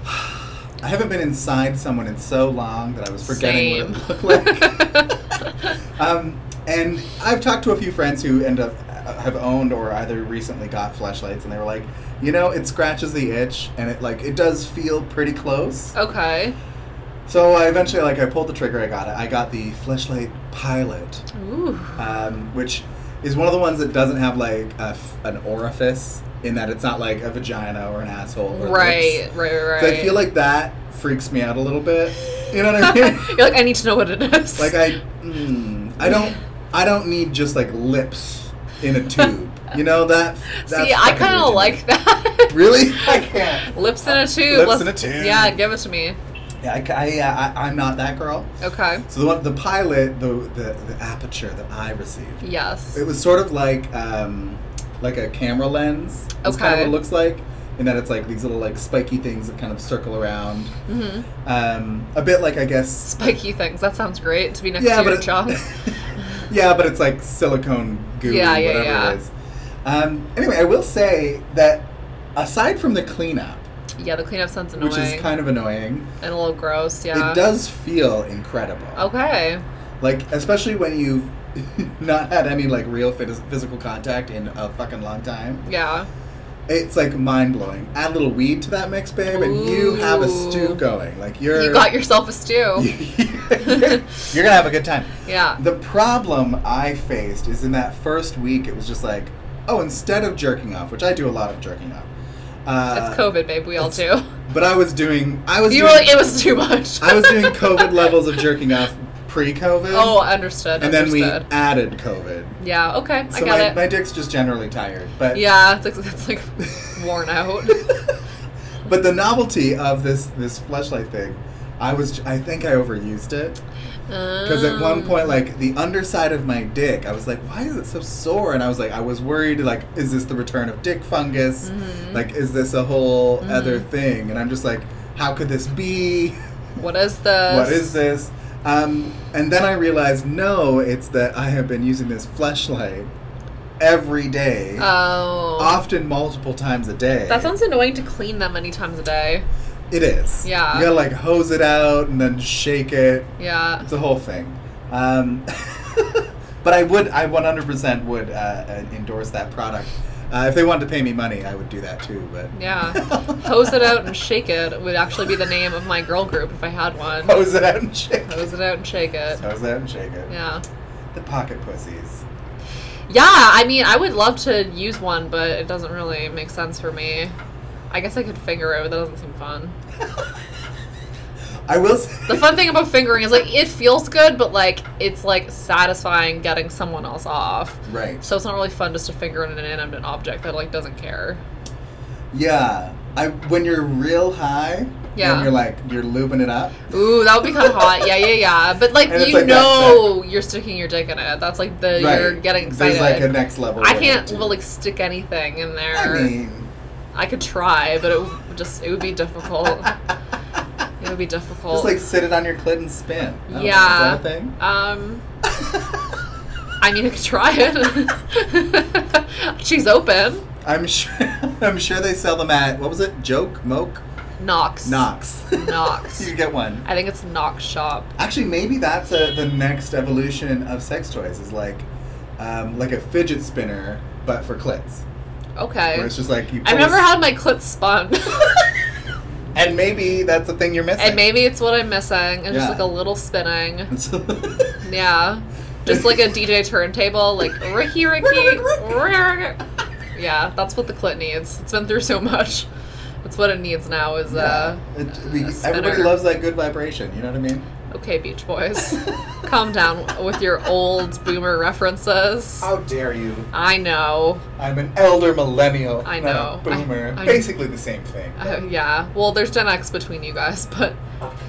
[SPEAKER 2] I haven't been inside someone in so long that I was forgetting
[SPEAKER 3] Same.
[SPEAKER 2] what it looked like. um, and I've talked to a few friends who end up uh, have owned or either recently got flashlights, and they were like, you know, it scratches the itch, and it like it does feel pretty
[SPEAKER 3] Oh.
[SPEAKER 2] close.
[SPEAKER 3] Okay.
[SPEAKER 2] So I eventually like I pulled the trigger, I got it. I got the flashlight pilot
[SPEAKER 3] Ooh.
[SPEAKER 2] um, which is one of the ones that doesn't have like a f- an orifice in that it's not like a vagina or an asshole. Or
[SPEAKER 3] Right,
[SPEAKER 2] lips.
[SPEAKER 3] right, right, right.
[SPEAKER 2] So I feel like that freaks me out a little bit. You know what I mean?
[SPEAKER 3] You're like, I need to know what it is.
[SPEAKER 2] like I, mm, I don't, I don't need just like lips in a tube. You know that? that's
[SPEAKER 3] See, I
[SPEAKER 2] fucking
[SPEAKER 3] kinda
[SPEAKER 2] weird to me.
[SPEAKER 3] like that.
[SPEAKER 2] Really? I can't.
[SPEAKER 3] Lips in a tube.
[SPEAKER 2] Lips
[SPEAKER 3] let's-
[SPEAKER 2] in a tube.
[SPEAKER 3] Yeah, give it to me.
[SPEAKER 2] Yeah, I, ca- I, yeah, I, I'm not that girl.
[SPEAKER 3] Okay.
[SPEAKER 2] So the one, the pilot, the the, the aperture that I received
[SPEAKER 3] Yes.
[SPEAKER 2] It was sort of like um, like a camera lens. That's kind of what
[SPEAKER 3] Okay.
[SPEAKER 2] it looks like. In that it's like these little like spiky things that kind of circle around.
[SPEAKER 3] hmm
[SPEAKER 2] Um, a bit like I guess.
[SPEAKER 3] Spiky things. That sounds great to be next
[SPEAKER 2] yeah,
[SPEAKER 3] to your
[SPEAKER 2] but
[SPEAKER 3] job.
[SPEAKER 2] it, yeah, but it's like silicone goo,
[SPEAKER 3] Yeah, yeah,
[SPEAKER 2] whatever
[SPEAKER 3] yeah.
[SPEAKER 2] it is. Um, anyway, I will say that aside from the cleanup,
[SPEAKER 3] Yeah, the cleanup sounds annoying
[SPEAKER 2] which is kind of annoying,
[SPEAKER 3] and a little gross. Yeah.
[SPEAKER 2] it does feel incredible.
[SPEAKER 3] Okay.
[SPEAKER 2] Like especially when you've not had any like real phys- physical contact in a fucking long time.
[SPEAKER 3] Yeah.
[SPEAKER 2] It's like mind blowing. Add a little weed to that mix, babe, and you have a
[SPEAKER 3] Ooh.
[SPEAKER 2] stew going. Like you're
[SPEAKER 3] You got yourself a stew.
[SPEAKER 2] you're gonna have a good time.
[SPEAKER 3] yeah.
[SPEAKER 2] The problem I faced is in that first week, it was just like, oh, instead of jerking off, which I do a lot of jerking off, uh,
[SPEAKER 3] It's COVID, babe. We all do.
[SPEAKER 2] But I was doing, I was,
[SPEAKER 3] You were
[SPEAKER 2] doing,
[SPEAKER 3] like, it was too much.
[SPEAKER 2] I was doing COVID levels of jerking off pre-COVID,
[SPEAKER 3] oh, understood.
[SPEAKER 2] and then we
[SPEAKER 3] understood.
[SPEAKER 2] added COVID.
[SPEAKER 3] Yeah. Okay. I
[SPEAKER 2] So
[SPEAKER 3] got
[SPEAKER 2] my,
[SPEAKER 3] it.
[SPEAKER 2] my dick's just generally tired, but
[SPEAKER 3] yeah. It's like, it's like worn out.
[SPEAKER 2] But the novelty of this this fleshlight thing, I was I think I overused it because at
[SPEAKER 3] Um, Oh.
[SPEAKER 2] one point like the underside of my dick, I was like, why is it so sore? And I was like, I was worried like, is this the return of dick fungus?
[SPEAKER 3] Mm-hmm.
[SPEAKER 2] Like, is this a whole other thing? And I'm just like, how could this be?
[SPEAKER 3] What is this?
[SPEAKER 2] What is this? Um, and then I realized, no, it's that I have been using this fleshlight every day,
[SPEAKER 3] Oh.
[SPEAKER 2] often multiple times a day.
[SPEAKER 3] That sounds annoying to clean that many times a day.
[SPEAKER 2] It is.
[SPEAKER 3] Yeah.
[SPEAKER 2] You gotta like hose it out and then shake it.
[SPEAKER 3] Yeah.
[SPEAKER 2] It's a whole thing. Um, But I would, I 100% would uh, uh, endorse that product. Uh, if they wanted to pay me money, I would do that too. But
[SPEAKER 3] Yeah. Hose It Out and Shake It would actually be the name of my girl group if I had one.
[SPEAKER 2] hose it out and shake. it.
[SPEAKER 3] Hose It Out and Shake It.
[SPEAKER 2] Hose it out and shake it.
[SPEAKER 3] Yeah.
[SPEAKER 2] The pocket pussies.
[SPEAKER 3] Yeah, I mean, I would love to use one, but it doesn't really make sense for me. I guess I could finger it, but that doesn't seem fun.
[SPEAKER 2] I will say.
[SPEAKER 3] The fun thing about fingering is like it feels good, but like it's like satisfying getting someone else off.
[SPEAKER 2] right.
[SPEAKER 3] So it's not really fun just to finger an inanimate object that like doesn't care.
[SPEAKER 2] Yeah. I when you're real high.
[SPEAKER 3] Yeah.
[SPEAKER 2] And you're like you're looping it up.
[SPEAKER 3] Ooh, that would be kind of hot. Yeah, yeah, yeah. But like
[SPEAKER 2] And it's
[SPEAKER 3] you
[SPEAKER 2] like that-
[SPEAKER 3] know, you're sticking your dick in it. That's like the you're getting excited.
[SPEAKER 2] There's like a next level.
[SPEAKER 3] I
[SPEAKER 2] with
[SPEAKER 3] can't
[SPEAKER 2] it.
[SPEAKER 3] well like stick anything in there.
[SPEAKER 2] I mean.
[SPEAKER 3] I could try, but it would just it would be difficult. it would be difficult.
[SPEAKER 2] Just like sit it on your clit and spin. I don't know, is
[SPEAKER 3] yeah.
[SPEAKER 2] that a thing?
[SPEAKER 3] Um. I mean, I could try it. She's open.
[SPEAKER 2] I'm sure. I'm sure they sell them at what was it? Joke, moke,
[SPEAKER 3] Knox.
[SPEAKER 2] Knox.
[SPEAKER 3] Knox.
[SPEAKER 2] you get one.
[SPEAKER 3] I think it's Knox shop.
[SPEAKER 2] Actually, maybe that's a, the next evolution of sex toys is like, um, like a fidget spinner, but for clits. Where
[SPEAKER 3] Okay.
[SPEAKER 2] it's just like you. pull
[SPEAKER 3] I've never
[SPEAKER 2] a s-
[SPEAKER 3] had my clit spun.
[SPEAKER 2] And maybe that's the thing you're missing.
[SPEAKER 3] and maybe it's what I'm missing. And
[SPEAKER 2] Yeah.
[SPEAKER 3] just like a little spinning.
[SPEAKER 2] maybe.
[SPEAKER 3] Yeah. Just like a DJ turntable, like Ricky Ricky. yeah, that's what the clit needs. It's been through so much. That's what it needs now is uh
[SPEAKER 2] It- we-
[SPEAKER 3] a spinner.
[SPEAKER 2] everybody loves that good vibration. You know what I mean?
[SPEAKER 3] okay Beach Boys. Calm down with your old boomer references.
[SPEAKER 2] How dare you?
[SPEAKER 3] I know.
[SPEAKER 2] I'm an elder millennial.
[SPEAKER 3] I
[SPEAKER 2] not a
[SPEAKER 3] know. I-
[SPEAKER 2] boomer.
[SPEAKER 3] I-
[SPEAKER 2] Basically the same thing.
[SPEAKER 3] Uh, yeah. Well, there's Gen X between you guys, but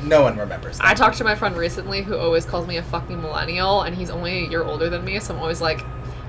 [SPEAKER 2] no one remembers. That.
[SPEAKER 3] I talked to my friend recently who always calls me a fucking millennial, and he's only a year older than me, so I'm always like,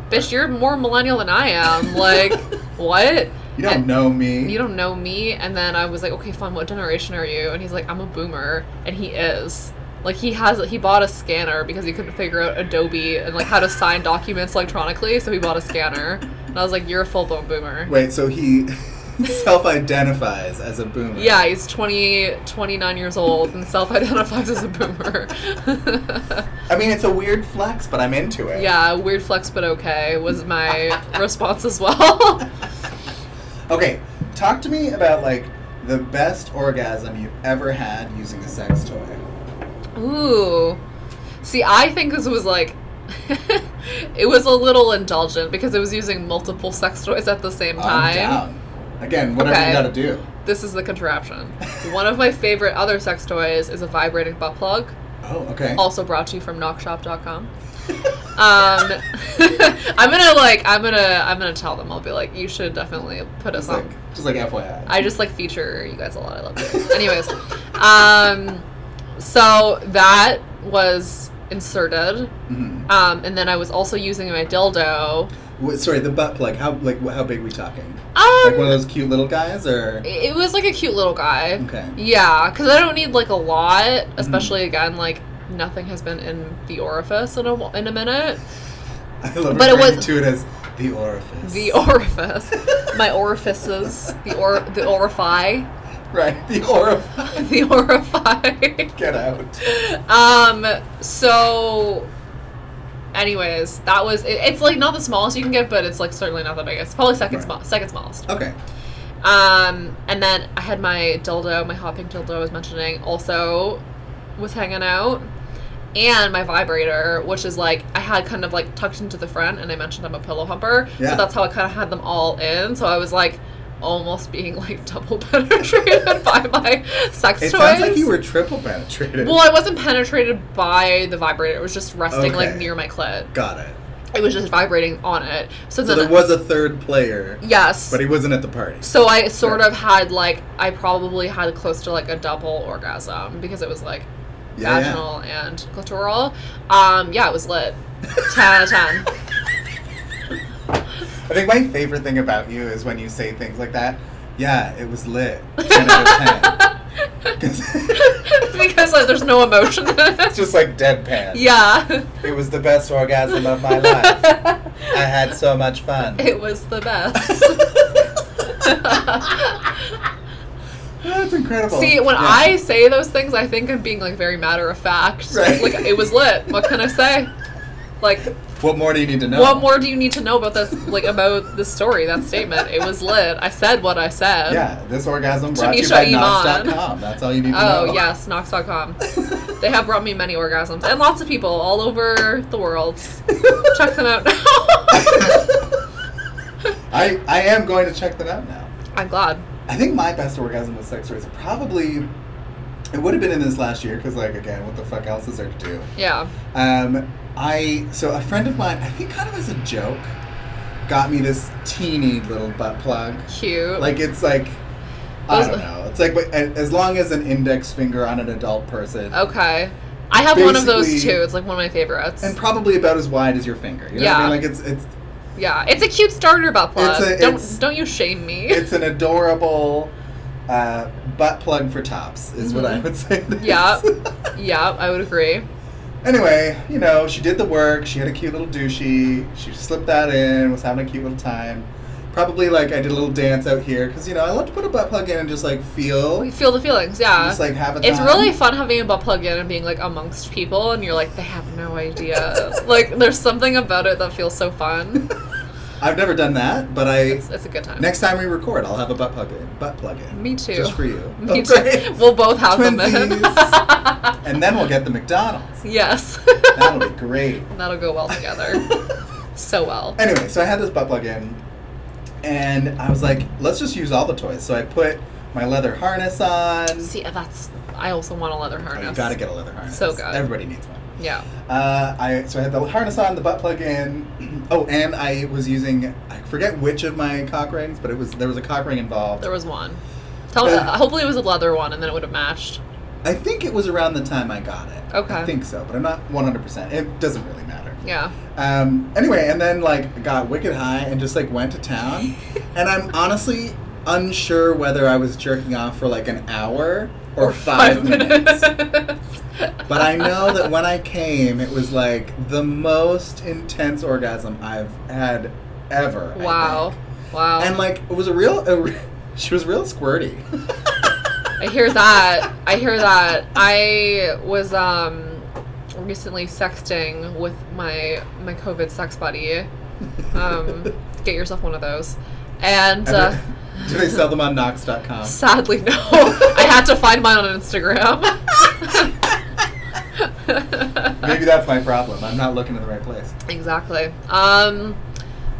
[SPEAKER 3] bitch, you're more millennial than I am. Like, what?
[SPEAKER 2] you don't
[SPEAKER 3] and-
[SPEAKER 2] know me.
[SPEAKER 3] You don't know me. And then I was like, okay, fine, what generation are you? And he's like, I'm a boomer. And he is. Like he has he bought a scanner because he couldn't figure out Adobe and like how to sign documents electronically, so he bought a scanner. And I was like, You're a full blown boomer.
[SPEAKER 2] Wait, so he self-identifies as a boomer.
[SPEAKER 3] Yeah, he's 20, 29 years old and self identifies as a boomer.
[SPEAKER 2] I mean, it's a weird flex, but I'm into it.
[SPEAKER 3] yeah, weird flex, but okay, was my response as well.
[SPEAKER 2] Okay, talk to me about like the best orgasm you've ever had using a sex toy.
[SPEAKER 3] Ooh. See, I think this was like. it was a little indulgent because it was using multiple sex toys at the same
[SPEAKER 2] I'm
[SPEAKER 3] time.
[SPEAKER 2] down. Again, whatever
[SPEAKER 3] Okay.
[SPEAKER 2] you gotta do.
[SPEAKER 3] This is the contraption. One of my favorite other sex toys is a vibrating butt plug,
[SPEAKER 2] Oh, okay.
[SPEAKER 3] also brought to you from knockshop.com. Um, I'm gonna like I'm gonna I'm gonna tell them. I'll be like, you should definitely put us
[SPEAKER 2] just
[SPEAKER 3] on
[SPEAKER 2] like, just like FYI.
[SPEAKER 3] I just like feature you guys a lot. I love you. Anyways, um, so that was inserted,
[SPEAKER 2] Mhm.
[SPEAKER 3] um, and then I was also using my dildo.
[SPEAKER 2] Wait, sorry, the butt plug. How like wh- how big we talking? Like one of
[SPEAKER 3] Um,
[SPEAKER 2] those cute little guys, or
[SPEAKER 3] it was like a cute little guy.
[SPEAKER 2] Okay.
[SPEAKER 3] Yeah, because I don't need like a lot,
[SPEAKER 2] Mm-hmm.
[SPEAKER 3] especially again like nothing has been in the orifice in a wh- in a minute.
[SPEAKER 2] I love
[SPEAKER 3] But it
[SPEAKER 2] referring
[SPEAKER 3] was-
[SPEAKER 2] to it as the orifice.
[SPEAKER 3] The orifice, my orifices, the or the orify,
[SPEAKER 2] right, the orifice.
[SPEAKER 3] the orify.
[SPEAKER 2] Get out.
[SPEAKER 3] Um. So, anyways, that was. It, it's like not the smallest you can get, but it's like certainly not the biggest. Probably second
[SPEAKER 2] Right.
[SPEAKER 3] small, second smallest.
[SPEAKER 2] Okay.
[SPEAKER 3] Um. And then I had my dildo, my hopping dildo. I was mentioning also was hanging out, and my vibrator, which is like I had kind of like tucked into the front, and I mentioned I'm a pillow humper,
[SPEAKER 2] Yeah.
[SPEAKER 3] so that's how I kind of had them all in. So I was like. Almost being like double penetrated by my sex
[SPEAKER 2] It
[SPEAKER 3] toys.
[SPEAKER 2] sounds like you were triple penetrated.
[SPEAKER 3] Well, I wasn't penetrated by the vibrator. It was just resting like
[SPEAKER 2] Okay.
[SPEAKER 3] near my clit.
[SPEAKER 2] Got it.
[SPEAKER 3] It was just vibrating on it. So,
[SPEAKER 2] So
[SPEAKER 3] then,
[SPEAKER 2] there was a third player,
[SPEAKER 3] yes.
[SPEAKER 2] but he wasn't at the party.
[SPEAKER 3] so I sort
[SPEAKER 2] Right.
[SPEAKER 3] of had like I probably had close to like a double orgasm because it was like
[SPEAKER 2] Yeah, yeah.
[SPEAKER 3] vaginal and clitoral. Um, yeah, it was lit. ten out of ten.
[SPEAKER 2] I think my favorite thing about you is when you say things like that. Yeah, it was lit. 10 out of 10. 'Cause
[SPEAKER 3] because like there's no emotion in
[SPEAKER 2] it's
[SPEAKER 3] it.
[SPEAKER 2] just like deadpan.
[SPEAKER 3] Yeah.
[SPEAKER 2] It was the best orgasm of my life. I had so much fun.
[SPEAKER 3] It was the best.
[SPEAKER 2] That's incredible.
[SPEAKER 3] See, when
[SPEAKER 2] Yeah.
[SPEAKER 3] I say those things, I think I'm being like very matter of fact.
[SPEAKER 2] Right.
[SPEAKER 3] Like it was lit. What can I say? Like,
[SPEAKER 2] What more do you need to know?
[SPEAKER 3] what more do you need to know about this? Like about this story, that statement. It was lit. I said what I said.
[SPEAKER 2] Yeah, this orgasm brought to you
[SPEAKER 3] Tamisha
[SPEAKER 2] by
[SPEAKER 3] Iman.
[SPEAKER 2] Knox.com. That's all you need to know.
[SPEAKER 3] Oh yes, Knox.com. they have brought me many orgasms and lots of people all over the world. Check them out now.
[SPEAKER 2] I, I am going to check that out now.
[SPEAKER 3] I'm glad.
[SPEAKER 2] I think my best orgasm with sex stories probably it would have been in this last year because like again, what the fuck else is there to do?
[SPEAKER 3] Yeah.
[SPEAKER 2] Um, I so a friend of mine, I think kind of as a joke, got me this teeny little butt plug.
[SPEAKER 3] Cute.
[SPEAKER 2] Like it's like I
[SPEAKER 3] Those-
[SPEAKER 2] don't know. It's like but a- as long as an index finger on an adult person,
[SPEAKER 3] okay. I have one of those
[SPEAKER 2] Basically-
[SPEAKER 3] too. It's like one of my favorites.
[SPEAKER 2] and probably about as wide as your finger. You know what I
[SPEAKER 3] Yeah.
[SPEAKER 2] mean? Like it's it's
[SPEAKER 3] yeah, it's a cute starter butt plug.
[SPEAKER 2] It's a-
[SPEAKER 3] don't
[SPEAKER 2] it's-
[SPEAKER 3] don't you shame me.
[SPEAKER 2] it's an adorable uh, butt plug for tops is what I would say. it is.
[SPEAKER 3] Mm-hmm. Yeah. yeah, I would agree.
[SPEAKER 2] anyway, you know, she did the work. She had a cute little douchey. She slipped that in. Was having a cute little time. Probably like I did a little dance out here because you know I love to put a butt plug in and just like feel,
[SPEAKER 3] We feel the feelings. Yeah.
[SPEAKER 2] just like uh, have a.
[SPEAKER 3] It's
[SPEAKER 2] time.
[SPEAKER 3] really fun having a butt plug in and being like amongst people, and you're like, they have no idea. like, there's something about it that feels so fun.
[SPEAKER 2] I've never done that, but I.
[SPEAKER 3] It's, uh, it's a good time.
[SPEAKER 2] Next time we record, I'll have a butt plug in. Butt plug in.
[SPEAKER 3] Me too.
[SPEAKER 2] Just for you.
[SPEAKER 3] Me
[SPEAKER 2] Oh,
[SPEAKER 3] too.
[SPEAKER 2] great.
[SPEAKER 3] We'll both have them
[SPEAKER 2] Twinsies. and then we'll get the McDonald's.
[SPEAKER 3] in. yes.
[SPEAKER 2] That'll be great.
[SPEAKER 3] That'll go well together. so well.
[SPEAKER 2] Anyway, so I had this butt plug in, and I was like, let's just use all the toys. So I put my leather harness on.
[SPEAKER 3] See, uh, that's. I also want a leather
[SPEAKER 2] Oh,
[SPEAKER 3] harness.
[SPEAKER 2] you gotta get a leather harness.
[SPEAKER 3] So good.
[SPEAKER 2] Everybody needs one.
[SPEAKER 3] Yeah.
[SPEAKER 2] Uh, I so I had the harness on, the butt plug in. oh, and I was using I forget which of my cock rings, but it was there was a cock ring involved.
[SPEAKER 3] There was one. Tell
[SPEAKER 2] Uh,
[SPEAKER 3] hopefully it was a leather one, and then it would have matched.
[SPEAKER 2] I think it was around the time I got it.
[SPEAKER 3] Okay.
[SPEAKER 2] I think so, but I'm not 100. percent It doesn't really matter.
[SPEAKER 3] Yeah.
[SPEAKER 2] Um, anyway, and then like got wicked high and just like went to town. and I'm honestly unsure whether I was jerking off for like an hour or, five, minutes. but I know that when I came, it was like the most intense orgasm I've had ever. I
[SPEAKER 3] Wow.
[SPEAKER 2] think.
[SPEAKER 3] Wow.
[SPEAKER 2] And like it was a real. A re- she was real squirty.
[SPEAKER 3] I hear that. I hear that. I was um recently sexting with my my COVID sex buddy. Um, get yourself one of those. And uh,
[SPEAKER 2] Do they sell them on Knox.com?
[SPEAKER 3] sadly, no. I had to find mine on Instagram.
[SPEAKER 2] Maybe that's my problem. I'm not looking in the right place.
[SPEAKER 3] Exactly. Um,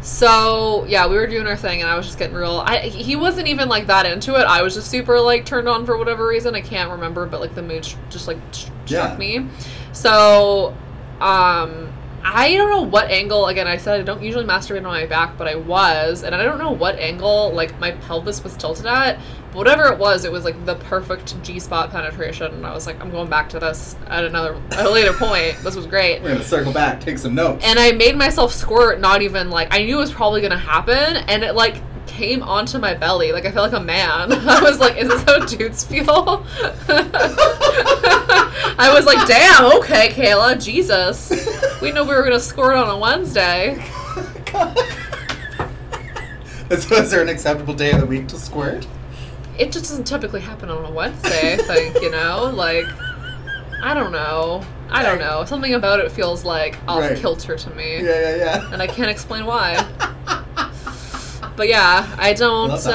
[SPEAKER 3] so yeah, we were doing our thing, and I was just getting real. I he wasn't even like that into it. I was just super like turned on for whatever reason. I can't remember, but like the mood sh- just like sh-
[SPEAKER 2] Yeah.
[SPEAKER 3] struck me. So, um. I don't know what angle. Again, I said I don't usually masturbate on my back, but I was, and I don't know what angle. Like my pelvis was tilted at, but whatever it was, it was like the perfect G spot penetration. And I was like, I'm going back to this at another at a later point. This was great.
[SPEAKER 2] We're gonna circle back, take some notes.
[SPEAKER 3] and I made myself squirt. Not even like I knew it was probably gonna happen, and it like came onto my belly. Like I felt like a man. I was like, "Is this how dudes feel?" I was like, "Damn, okay, Kayla, Jesus, we know we were gonna squirt on a Wednesday."
[SPEAKER 2] so is there an acceptable day of the week to squirt?
[SPEAKER 3] It just doesn't typically happen on a Wednesday. I think you know, like I don't know, I don't know. Something about it feels like off
[SPEAKER 2] Right.
[SPEAKER 3] kilter to me.
[SPEAKER 2] Yeah, yeah, yeah.
[SPEAKER 3] and I can't explain why. but yeah, I don't.
[SPEAKER 2] Love that.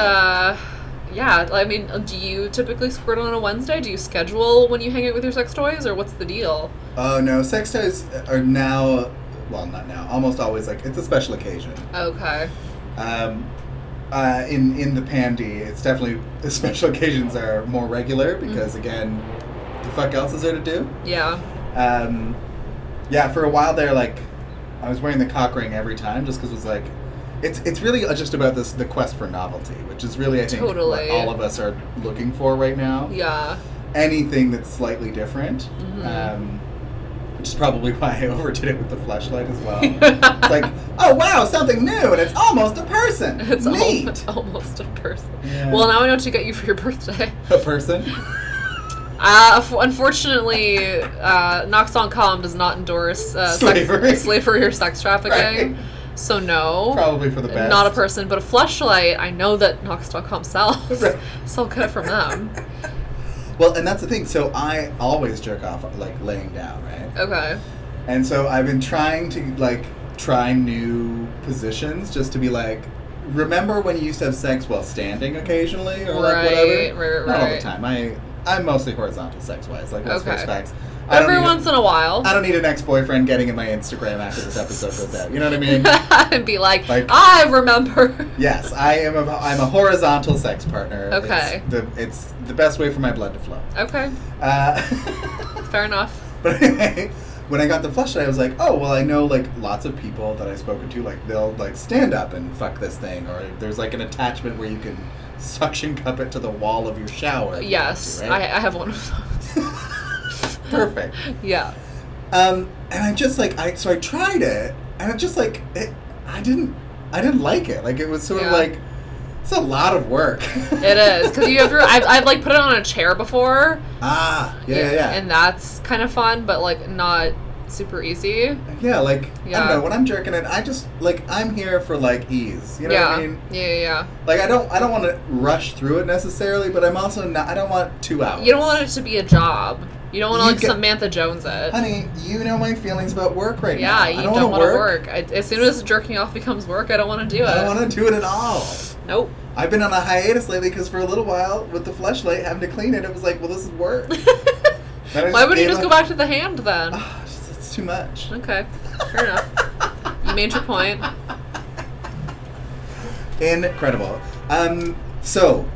[SPEAKER 3] Uh, yeah, I mean, do you typically squirt on a Wednesday? Do you schedule when you hang out with your sex toys, or what's the deal?
[SPEAKER 2] Oh no, sex toys are now, well, not now, almost always like it's a special occasion.
[SPEAKER 3] Okay.
[SPEAKER 2] Um, uh, in in the pandy, it's definitely special occasions are more regular because
[SPEAKER 3] Mm-hmm.
[SPEAKER 2] again, the fuck else is there to do?
[SPEAKER 3] Yeah.
[SPEAKER 2] Um, yeah, for a while there, like I was wearing the cock ring every time, just because it was like, it's it's really just about this the quest for novelty, which is really I think what
[SPEAKER 3] Totally.
[SPEAKER 2] all of us are looking for right now.
[SPEAKER 3] Yeah.
[SPEAKER 2] Anything that's slightly different,
[SPEAKER 3] Mhm.
[SPEAKER 2] um, which is probably why I overdid it with the flashlight as well. it's like, oh wow, something new, and it's almost a person.
[SPEAKER 3] It's al-
[SPEAKER 2] Neat.
[SPEAKER 3] it's almost a person.
[SPEAKER 2] Yeah.
[SPEAKER 3] Well, now I know what to get you for your birthday.
[SPEAKER 2] a person.
[SPEAKER 3] Uh, f- unfortunately, uh, Knox.com does not endorse uh,
[SPEAKER 2] Slavery.
[SPEAKER 3] sex, slavery or sex trafficking.
[SPEAKER 2] Right.
[SPEAKER 3] So no.
[SPEAKER 2] Probably for the best.
[SPEAKER 3] Not a person, but a flashlight. I know that Knox.com sells,
[SPEAKER 2] Right.
[SPEAKER 3] so I'll get it from them.
[SPEAKER 2] Well, and that's the thing. So I always jerk off like laying down, right?
[SPEAKER 3] Okay.
[SPEAKER 2] And so I've been trying to like try new positions just to be like, remember when you used to have sex while standing occasionally or like
[SPEAKER 3] Right,
[SPEAKER 2] whatever?
[SPEAKER 3] right,
[SPEAKER 2] Not all the
[SPEAKER 3] right.
[SPEAKER 2] time. I I'm mostly horizontal sex wise. Like let's
[SPEAKER 3] Okay.
[SPEAKER 2] face facts. I don't
[SPEAKER 3] Every
[SPEAKER 2] need a-
[SPEAKER 3] once in a while.
[SPEAKER 2] I don't need an ex boyfriend getting in my Instagram after this episode goes out. You know what I mean?
[SPEAKER 3] and be like,
[SPEAKER 2] Like-
[SPEAKER 3] I remember.
[SPEAKER 2] yes, I am. A, I'm a horizontal sex partner.
[SPEAKER 3] Okay.
[SPEAKER 2] It's the, it's the best way for my blood to flow.
[SPEAKER 3] Okay,
[SPEAKER 2] Uh,
[SPEAKER 3] fair enough.
[SPEAKER 2] But anyway, when I got the flush, I was like, oh well, I know like lots of people that I've spoken to, like they'll like stand up and fuck this thing, or there's like an attachment where you can suction cup it to the wall of your shower. if you
[SPEAKER 3] Yes,
[SPEAKER 2] want to,
[SPEAKER 3] I, I have one of those.
[SPEAKER 2] perfect.
[SPEAKER 3] yeah.
[SPEAKER 2] Um, and I just like I so I tried it, and it just like it, I didn't I didn't like it. Like it was sort of
[SPEAKER 3] Yeah.
[SPEAKER 2] like it's a lot of work.
[SPEAKER 3] It is because you have your. I've, I've like put it on a chair before.
[SPEAKER 2] ah yeah yeah yeah.
[SPEAKER 3] And that's kind of fun, but like not super easy.
[SPEAKER 2] yeah, like I
[SPEAKER 3] Yeah.
[SPEAKER 2] don't know. When I'm jerking it, I just like I'm here for like ease. You know
[SPEAKER 3] yeah.
[SPEAKER 2] what I mean?
[SPEAKER 3] yeah. Yeah.
[SPEAKER 2] Like I don't I don't want to rush through it necessarily, but I'm also not I don't want two
[SPEAKER 3] Yeah.
[SPEAKER 2] hours.
[SPEAKER 3] You don't want it to be a job. You don't want to
[SPEAKER 2] You
[SPEAKER 3] like
[SPEAKER 2] get-
[SPEAKER 3] Samantha Jones it.
[SPEAKER 2] Honey, you know my feelings about work right now.
[SPEAKER 3] yeah, you
[SPEAKER 2] I
[SPEAKER 3] don't,
[SPEAKER 2] wanna
[SPEAKER 3] want to work. I, as soon as jerking off becomes work, I don't want to do it.
[SPEAKER 2] I don't want to do it at all.
[SPEAKER 3] nope.
[SPEAKER 2] I've been on a hiatus lately because for a little while with the fleshlight having to clean it, it was like, well, this is work. Then I
[SPEAKER 3] Why would you
[SPEAKER 2] gave
[SPEAKER 3] just go
[SPEAKER 2] up.
[SPEAKER 3] back to the hand then?
[SPEAKER 2] Ah, it's, it's too much.
[SPEAKER 3] Okay, fair enough. You made your point.
[SPEAKER 2] Incredible. Um, so,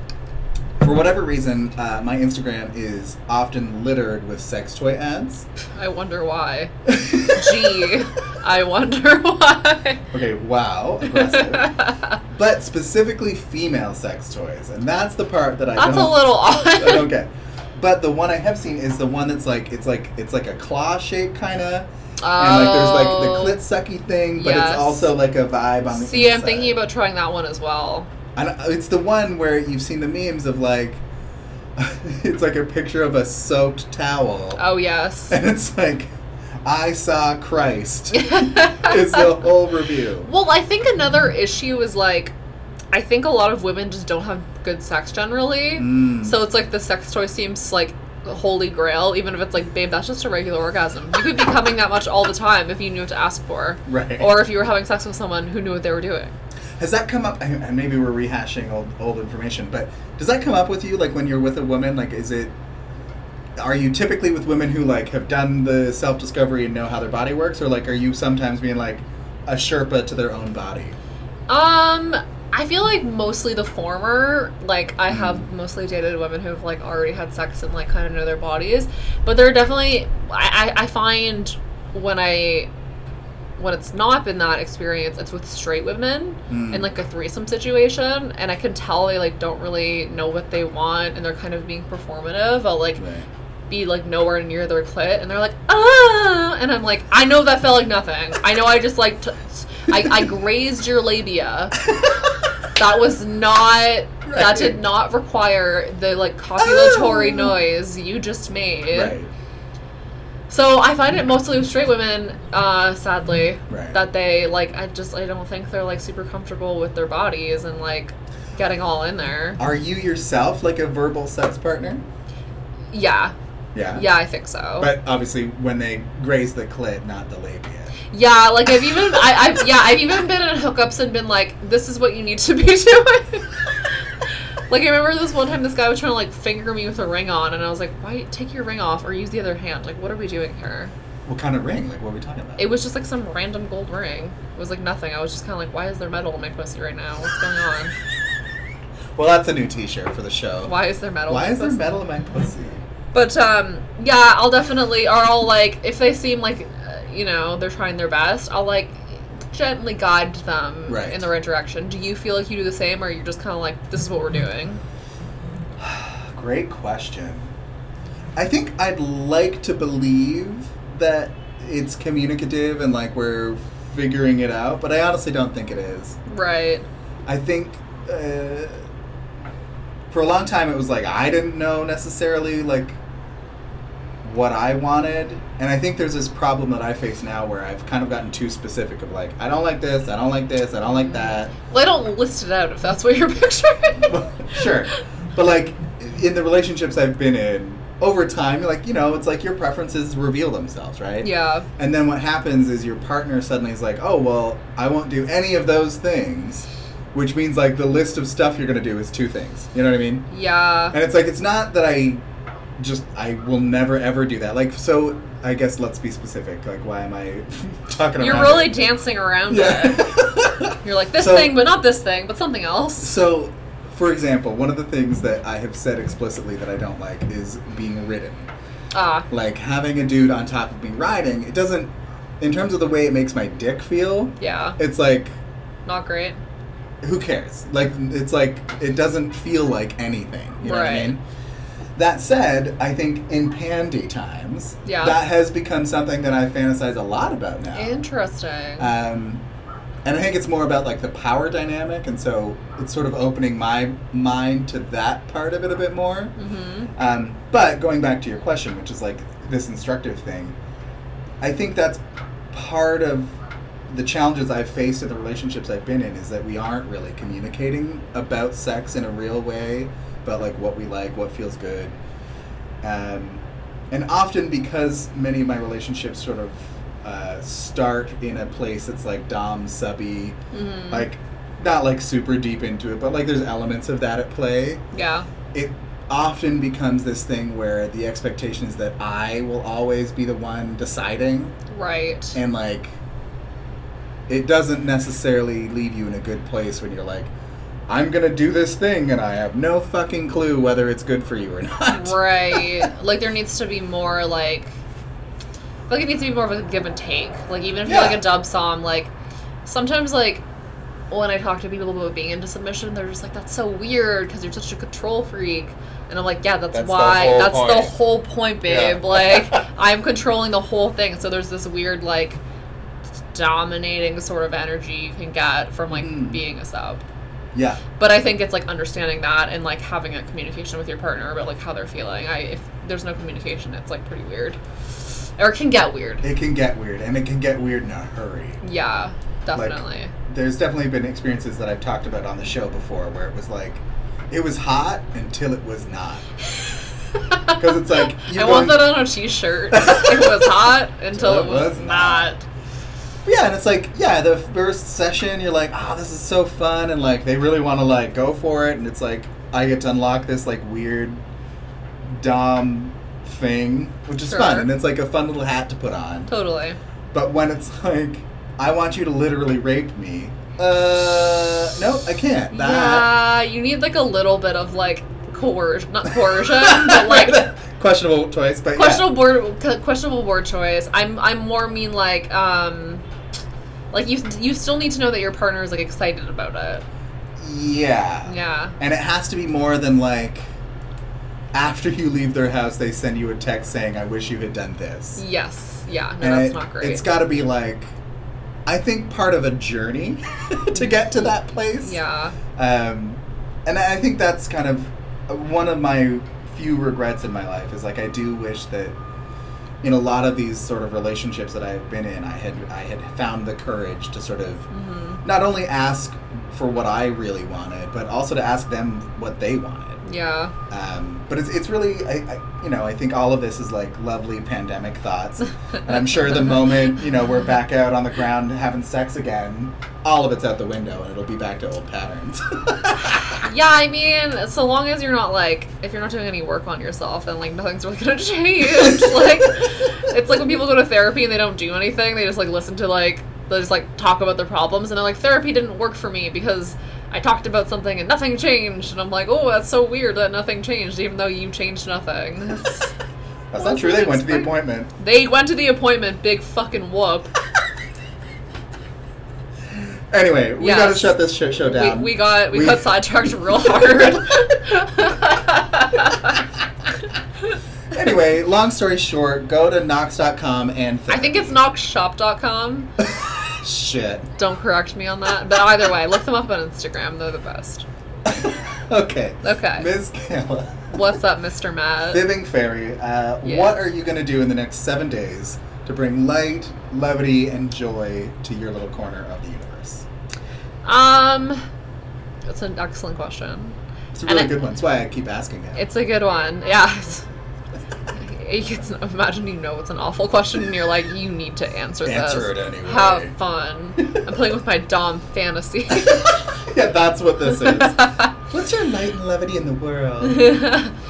[SPEAKER 2] for whatever reason, uh, my Instagram is often littered with sex toy ads.
[SPEAKER 3] I wonder why. Gee, I wonder why.
[SPEAKER 2] Okay, wow, aggressive. but specifically female sex toys, and that's the part that I
[SPEAKER 3] That's a
[SPEAKER 2] don't,
[SPEAKER 3] little
[SPEAKER 2] I don't
[SPEAKER 3] odd.
[SPEAKER 2] get. But the one I have seen is the one that's like it's like it's like a claw shape kind of, and like
[SPEAKER 3] Oh.
[SPEAKER 2] there's like the clit sucky thing, but
[SPEAKER 3] Yes.
[SPEAKER 2] it's also like a vibe on the.
[SPEAKER 3] Oh. See, I'm
[SPEAKER 2] inside.
[SPEAKER 3] thinking about trying that one as well.
[SPEAKER 2] I don't- it's the one where you've seen the memes of like, it's like a picture of a soaked towel,
[SPEAKER 3] Oh yes.
[SPEAKER 2] and it's like, I saw Christ. is the whole review.
[SPEAKER 3] Well, I think another issue is like, I think a lot of women just don't have good sex generally.
[SPEAKER 2] Mm.
[SPEAKER 3] So it's like the sex toy seems like the holy grail, even if it's like, babe, that's just a regular orgasm. You could be coming that much all the time if you knew what to ask for,
[SPEAKER 2] Right.
[SPEAKER 3] or if you were having sex with someone who knew what they were doing.
[SPEAKER 2] Has that come up? And and maybe we're rehashing old old information, but does that come up with you? Like when you're with a woman, like is it? Are you typically with women who like have done the self discovery and know how their body works, or like are you sometimes being like a sherpa to their own body?
[SPEAKER 3] Um, I feel like mostly the former. Like I have mostly dated women who have like already had sex and like kind of know their bodies, but there are definitely I, I, I find when I when it's not been that experience, it's with straight women
[SPEAKER 2] Mm.
[SPEAKER 3] in like a threesome situation, and I can tell they like don't really know what they want, and they're kind of being performative. I'll like be like nowhere near their clit, and they're like ah, and I'm like I know that felt like nothing. I know I just like t- I, I grazed your labia. That was not. That did
[SPEAKER 2] Right.
[SPEAKER 3] not require the like copulatory
[SPEAKER 2] Oh.
[SPEAKER 3] noise you just made.
[SPEAKER 2] Right.
[SPEAKER 3] So I find it mostly with straight women, uh, sadly,
[SPEAKER 2] Right.
[SPEAKER 3] that they like. I just I don't think they're like super comfortable with their bodies and like getting all in there.
[SPEAKER 2] Are you yourself like a verbal sex partner?
[SPEAKER 3] Yeah,
[SPEAKER 2] Yeah.
[SPEAKER 3] yeah, I think so.
[SPEAKER 2] But obviously, when they graze the clit, not the labia.
[SPEAKER 3] Yeah, like I've even I, I've yeah I've even been in hookups and been like, this is what you need to be doing. like I remember this one time, this guy was trying to like finger me with a ring on, and I was like, why take your ring off or use the other hand? Like, what are we doing here?
[SPEAKER 2] What kind of ring? Like, what are we talking about?
[SPEAKER 3] It was just like some random gold ring. It was like nothing. I was just kind of like, why is there metal in my pussy right now? What's going on?
[SPEAKER 2] well, that's a new T-shirt for the show.
[SPEAKER 3] Why is there metal?
[SPEAKER 2] Why
[SPEAKER 3] in my
[SPEAKER 2] is there
[SPEAKER 3] pussy?
[SPEAKER 2] metal in my pussy?
[SPEAKER 3] But um, yeah, I'll definitely, or I'll like, if they seem like, uh, you know, they're trying their best, I'll like gently guide them
[SPEAKER 2] Right.
[SPEAKER 3] in the right direction. Do you feel like you do the same, or you're just kind of like, this is what we're doing?
[SPEAKER 2] Great question. I think I'd like to believe that it's communicative and like we're figuring it out, but I honestly don't think it is.
[SPEAKER 3] Right.
[SPEAKER 2] I think uh, for a long time it was like I didn't know necessarily like what I wanted, and I think there's this problem that I face now where I've kind of gotten too specific of like I don't like this, I don't like this, I don't like that.
[SPEAKER 3] Well, I don't list it out if that's what you're picturing.
[SPEAKER 2] Well, sure. But like in the relationships I've been in, over time, like you know, it's like your preferences reveal themselves, right?
[SPEAKER 3] Yeah.
[SPEAKER 2] And then what happens is your partner suddenly is like, "Oh, well, I won't do any of those things," which means like the list of stuff you're gonna do is two things. You know what I mean?
[SPEAKER 3] Yeah.
[SPEAKER 2] And it's like it's not that I just I will never ever do that. Like so, I guess let's be specific. Like, why am I talking?
[SPEAKER 3] You're
[SPEAKER 2] around
[SPEAKER 3] really
[SPEAKER 2] it?
[SPEAKER 3] dancing around it.
[SPEAKER 2] yeah.
[SPEAKER 3] You're like this
[SPEAKER 2] So-
[SPEAKER 3] thing, but not this thing, but something else.
[SPEAKER 2] So, for example, one of the things that I have said explicitly that I don't like is being ridden.
[SPEAKER 3] Ah,
[SPEAKER 2] Like having a dude on top of me riding, it doesn't, in terms of the way it makes my dick feel,
[SPEAKER 3] yeah,
[SPEAKER 2] it's like,
[SPEAKER 3] not great.
[SPEAKER 2] who cares? Like, it's like, it doesn't feel like anything. You know what I
[SPEAKER 3] Right.
[SPEAKER 2] mean? That said, I think in pandy times,
[SPEAKER 3] Yeah.
[SPEAKER 2] that has become something that I fantasize a lot about now.
[SPEAKER 3] Interesting.
[SPEAKER 2] Um, and I think it's more about like the power dynamic, and so it's sort of opening my mind to that part of it a bit more.
[SPEAKER 3] mm-hmm.
[SPEAKER 2] Um, but going back to your question, which is like this instructive thing, I think that's part of the challenges I've faced in the relationships I've been in is that we aren't really communicating about sex in a real way, about like what we like, what feels good. Um, and often because many of my relationships sort of uh, start in a place that's like Dom, Subby,
[SPEAKER 3] Mm-hmm.
[SPEAKER 2] like not like super deep into it, but like there's elements of that at play
[SPEAKER 3] yeah.
[SPEAKER 2] it often becomes this thing where the expectation is that I will always be the one deciding,
[SPEAKER 3] Right.
[SPEAKER 2] and like, it doesn't necessarily leave you in a good place when you're like, I'm gonna do this thing and I have no fucking clue whether it's good for you or not.
[SPEAKER 3] right. Like there needs to be more like I feel like it needs to be more of a give and take. Like even if
[SPEAKER 2] Yeah.
[SPEAKER 3] you're like a dub song, like sometimes like when I talk to people about being into submission, they're just like, "That's so weird because you're such a control freak," and I'm like, "Yeah, that's,
[SPEAKER 2] That's the
[SPEAKER 3] why.
[SPEAKER 2] whole
[SPEAKER 3] that's the
[SPEAKER 2] point."
[SPEAKER 3] whole point,
[SPEAKER 2] Yeah.
[SPEAKER 3] babe. Like I'm controlling the whole thing." So there's this weird like dominating sort of energy you can get from like
[SPEAKER 2] Mm.
[SPEAKER 3] being a sub.
[SPEAKER 2] Yeah.
[SPEAKER 3] But I think it's like understanding that and like having a communication with your partner about like how they're feeling. I if there's no communication, it's like pretty weird, or it can get weird.
[SPEAKER 2] It can get weird, and it can get weird in a hurry.
[SPEAKER 3] Yeah, definitely.
[SPEAKER 2] There's definitely been experiences that I've talked about on the show before where it was like, it was hot until it was not. Because it's like,
[SPEAKER 3] I
[SPEAKER 2] you're
[SPEAKER 3] want
[SPEAKER 2] going-
[SPEAKER 3] that on a t-shirt. it was hot until it was, not.
[SPEAKER 2] Yeah, and it's like, yeah, the first session, you're like, oh, this is so fun, and like they really want to like go for it, and it's like I get to unlock this like weird dom thing, which is
[SPEAKER 3] Sure.
[SPEAKER 2] fun, and it's like a fun little hat to put on.
[SPEAKER 3] Totally.
[SPEAKER 2] But when it's like, I want you to literally rape me, uh, no, I can't. That
[SPEAKER 3] Yeah, you need like a little bit of like coercion, not coercion, but like
[SPEAKER 2] questionable choice, but
[SPEAKER 3] questionable board c- questionable board choice. I'm I'm more mean like um like you you still need to know that your partner is like excited about it.
[SPEAKER 2] yeah, yeah,
[SPEAKER 3] Yeah.
[SPEAKER 2] and it has to be more than like. After you leave their house, they send you a text saying, "I wish you had done this."
[SPEAKER 3] Yes. Yeah. No,
[SPEAKER 2] And
[SPEAKER 3] that's
[SPEAKER 2] it-
[SPEAKER 3] not great.
[SPEAKER 2] It's got to be like, I think part of a journey to get to that place.
[SPEAKER 3] yeah.
[SPEAKER 2] Um, and I I think that's kind of uh, one of my few regrets in my life is like I do wish that in a lot of these sort of relationships that I've been in, I had I had found the courage to sort of
[SPEAKER 3] hmm
[SPEAKER 2] not only ask for what I really wanted, but also to ask them what they wanted.
[SPEAKER 3] Yeah.
[SPEAKER 2] Um, but it's, it's really, I, I, you know, I think all of this is like lovely pandemic thoughts. And I'm sure the moment, you know, we're back out on the ground having sex again, all of it's out the window and it'll be back to old patterns.
[SPEAKER 3] Yeah. I mean, so long as you're not like, if you're not doing any work on yourself, then like nothing's really gonna change. like, it's like when people go to therapy and they don't do anything. They just like listen to like they just like talk about their problems and they're like, therapy didn't work for me because I talked about something and nothing changed. And I'm like, oh, that's so weird that nothing changed, even though you changed nothing. It's-
[SPEAKER 2] That's not true. They went to the appointment.
[SPEAKER 3] they went to the appointment, big fucking whoop.
[SPEAKER 2] Anyway, we
[SPEAKER 3] Yes.
[SPEAKER 2] got to shut this show, show down.
[SPEAKER 3] We, we got we,
[SPEAKER 2] We-
[SPEAKER 3] got sidetracked real hard.
[SPEAKER 2] anyway, long story short, go to Knox.com and
[SPEAKER 3] I think it's knockshop.com.
[SPEAKER 2] Shit.
[SPEAKER 3] Don't correct me on that. But either way, look them up on Instagram. They're the best.
[SPEAKER 2] okay.
[SPEAKER 3] Okay.
[SPEAKER 2] Ms. Kayla.
[SPEAKER 3] What's up, Mr. Matt?
[SPEAKER 2] Fibbing Fairy, uh,
[SPEAKER 3] Yes.
[SPEAKER 2] what are you going to do in the next seven days to bring light, levity, and joy to your little corner of the universe?
[SPEAKER 3] Um, that's an excellent question.
[SPEAKER 2] It's a really
[SPEAKER 3] And I-
[SPEAKER 2] good one. That's why I keep asking it.
[SPEAKER 3] It's a good one. Yeah. you can imagine you know it's an awful question and you're like, you need to answer this.
[SPEAKER 2] Answer it anyway.
[SPEAKER 3] Have fun. I'm playing with my Dom fantasy.
[SPEAKER 2] yeah, that's what this is. What's your light and levity in the world?
[SPEAKER 3] hey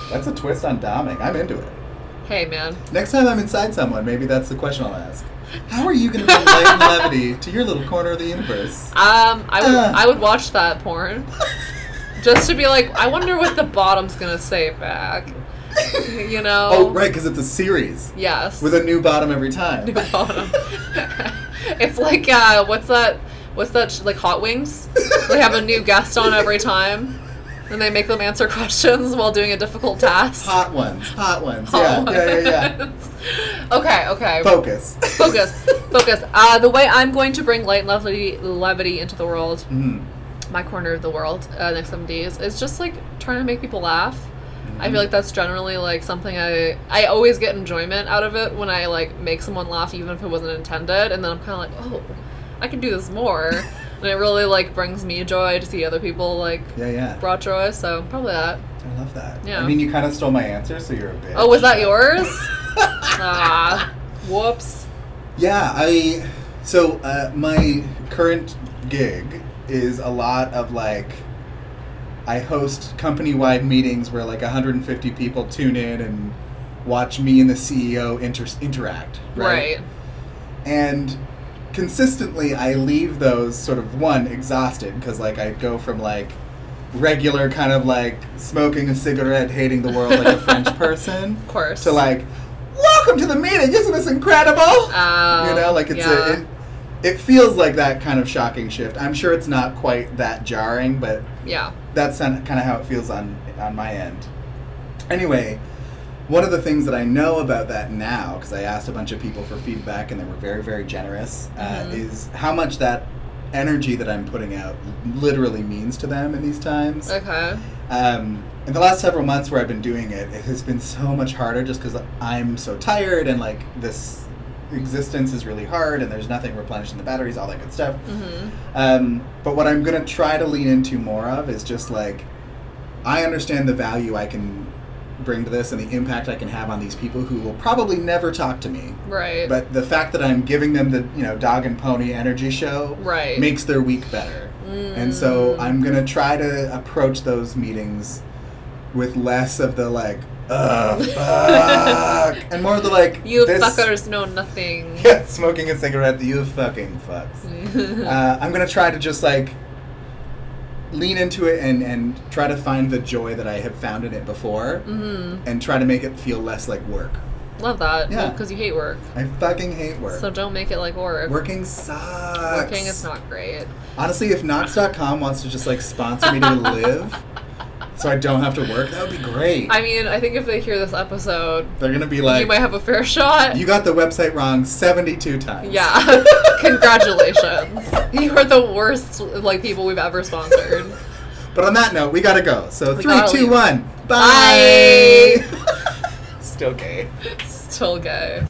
[SPEAKER 2] That's a twist on doming. I'm into it.
[SPEAKER 3] man.
[SPEAKER 2] Next time I'm inside someone, maybe that's the question I'll ask. How are you going to bring light and levity to your little corner of the universe?
[SPEAKER 3] Um I would
[SPEAKER 2] Uh.
[SPEAKER 3] I would watch that porn. Just to be like, I wonder what the bottom's gonna say back. You know?
[SPEAKER 2] Oh, right, because it's a series
[SPEAKER 3] Yes.
[SPEAKER 2] with a new bottom every time.
[SPEAKER 3] new bottom. it's like uh, what's that? What's that? sh- Like Hot Wings? They have a new guest on every time, and they make them answer questions while doing a difficult task.
[SPEAKER 2] Hot ones, hot ones.
[SPEAKER 3] Hot
[SPEAKER 2] yeah, yeah, yeah, yeah.
[SPEAKER 3] ones. okay. Okay.
[SPEAKER 2] Focus.
[SPEAKER 3] Focus. Focus. Uh, the way I'm going to bring light and levity, levity into the world,
[SPEAKER 2] Mm.
[SPEAKER 3] my corner of the world, uh, next seven days, is just like trying to make people laugh. I
[SPEAKER 2] Mm-hmm.
[SPEAKER 3] feel like that's generally like something I I always get enjoyment out of it when I like make someone laugh even if it wasn't intended and then I'm kind of like, "Oh, I can do this more." and it really like brings me joy to see other people like
[SPEAKER 2] Yeah, yeah.
[SPEAKER 3] brought joy, so probably that.
[SPEAKER 2] I love that.
[SPEAKER 3] Yeah.
[SPEAKER 2] I mean, you kind of stole my answer, so you're a bitch.
[SPEAKER 3] Oh, was that yours? ah, whoops.
[SPEAKER 2] Yeah, I. So uh, my current gig is a lot of like. I host company-wide meetings where like 150 people tune in and watch me and the CEO inter- interact.
[SPEAKER 3] Right.
[SPEAKER 2] and consistently i leave those sort of one exhausted because like i go from like regular kind of like smoking a cigarette hating the world like a french person
[SPEAKER 3] Of course.
[SPEAKER 2] to like welcome to the meeting isn't this incredible
[SPEAKER 3] Oh,
[SPEAKER 2] you know like it's
[SPEAKER 3] yeah.
[SPEAKER 2] a, it, it feels like that kind of shocking shift i'm sure it's not quite that jarring but
[SPEAKER 3] Yeah.
[SPEAKER 2] that's kind of how it feels on on my end. Anyway, one of the things that I know about that now, because I asked a bunch of people for feedback and they were very very generous,
[SPEAKER 3] Mhm.
[SPEAKER 2] uh, is how much that energy that I'm putting out literally means to them in these times.
[SPEAKER 3] Okay.
[SPEAKER 2] Um, in the last several months where I've been doing it, it has been so much harder just because I'm so tired and like this existence is really hard and there's nothing replenishing the batteries, all that good stuff.
[SPEAKER 3] Mhm.
[SPEAKER 2] Um, but what I'm going to try to lean into more of is just like, I understand the value I can bring to this and the impact I can have on these people who will probably never talk to me.
[SPEAKER 3] Right.
[SPEAKER 2] But the fact that I'm giving them the you know dog and pony energy show
[SPEAKER 3] Right. Mm.
[SPEAKER 2] makes their week better. And so I'm gonna try to approach those meetings with less of the like, uh, fuck, and more of the like,
[SPEAKER 3] you
[SPEAKER 2] this-
[SPEAKER 3] fuckers know nothing.
[SPEAKER 2] Yeah, smoking a cigarette, you fucking fucks uh, I'm gonna try to just like lean into it and and try to find the joy that I have found in it before,
[SPEAKER 3] Mhm.
[SPEAKER 2] and try to make it feel less like work.
[SPEAKER 3] Love that.
[SPEAKER 2] Yeah.
[SPEAKER 3] Because you hate work.
[SPEAKER 2] I fucking hate work.
[SPEAKER 3] So don't make it like work.
[SPEAKER 2] Working sucks.
[SPEAKER 3] Working is not great.
[SPEAKER 2] Honestly, if Knox.com wants to just like sponsor me to live, so I don't have to work, that would be great.
[SPEAKER 3] I mean, I think if they hear this episode,
[SPEAKER 2] They're gonna be like,
[SPEAKER 3] you might have a fair shot.
[SPEAKER 2] "You got the website wrong 72 times.
[SPEAKER 3] yeah. Congratulations. You are the worst like people we've ever sponsored.
[SPEAKER 2] But on that note, we gotta go. So
[SPEAKER 3] We
[SPEAKER 2] three,
[SPEAKER 3] gotta
[SPEAKER 2] two,
[SPEAKER 3] leave.
[SPEAKER 2] one,
[SPEAKER 3] oh, Bye.
[SPEAKER 2] Still gay.
[SPEAKER 3] Still gay.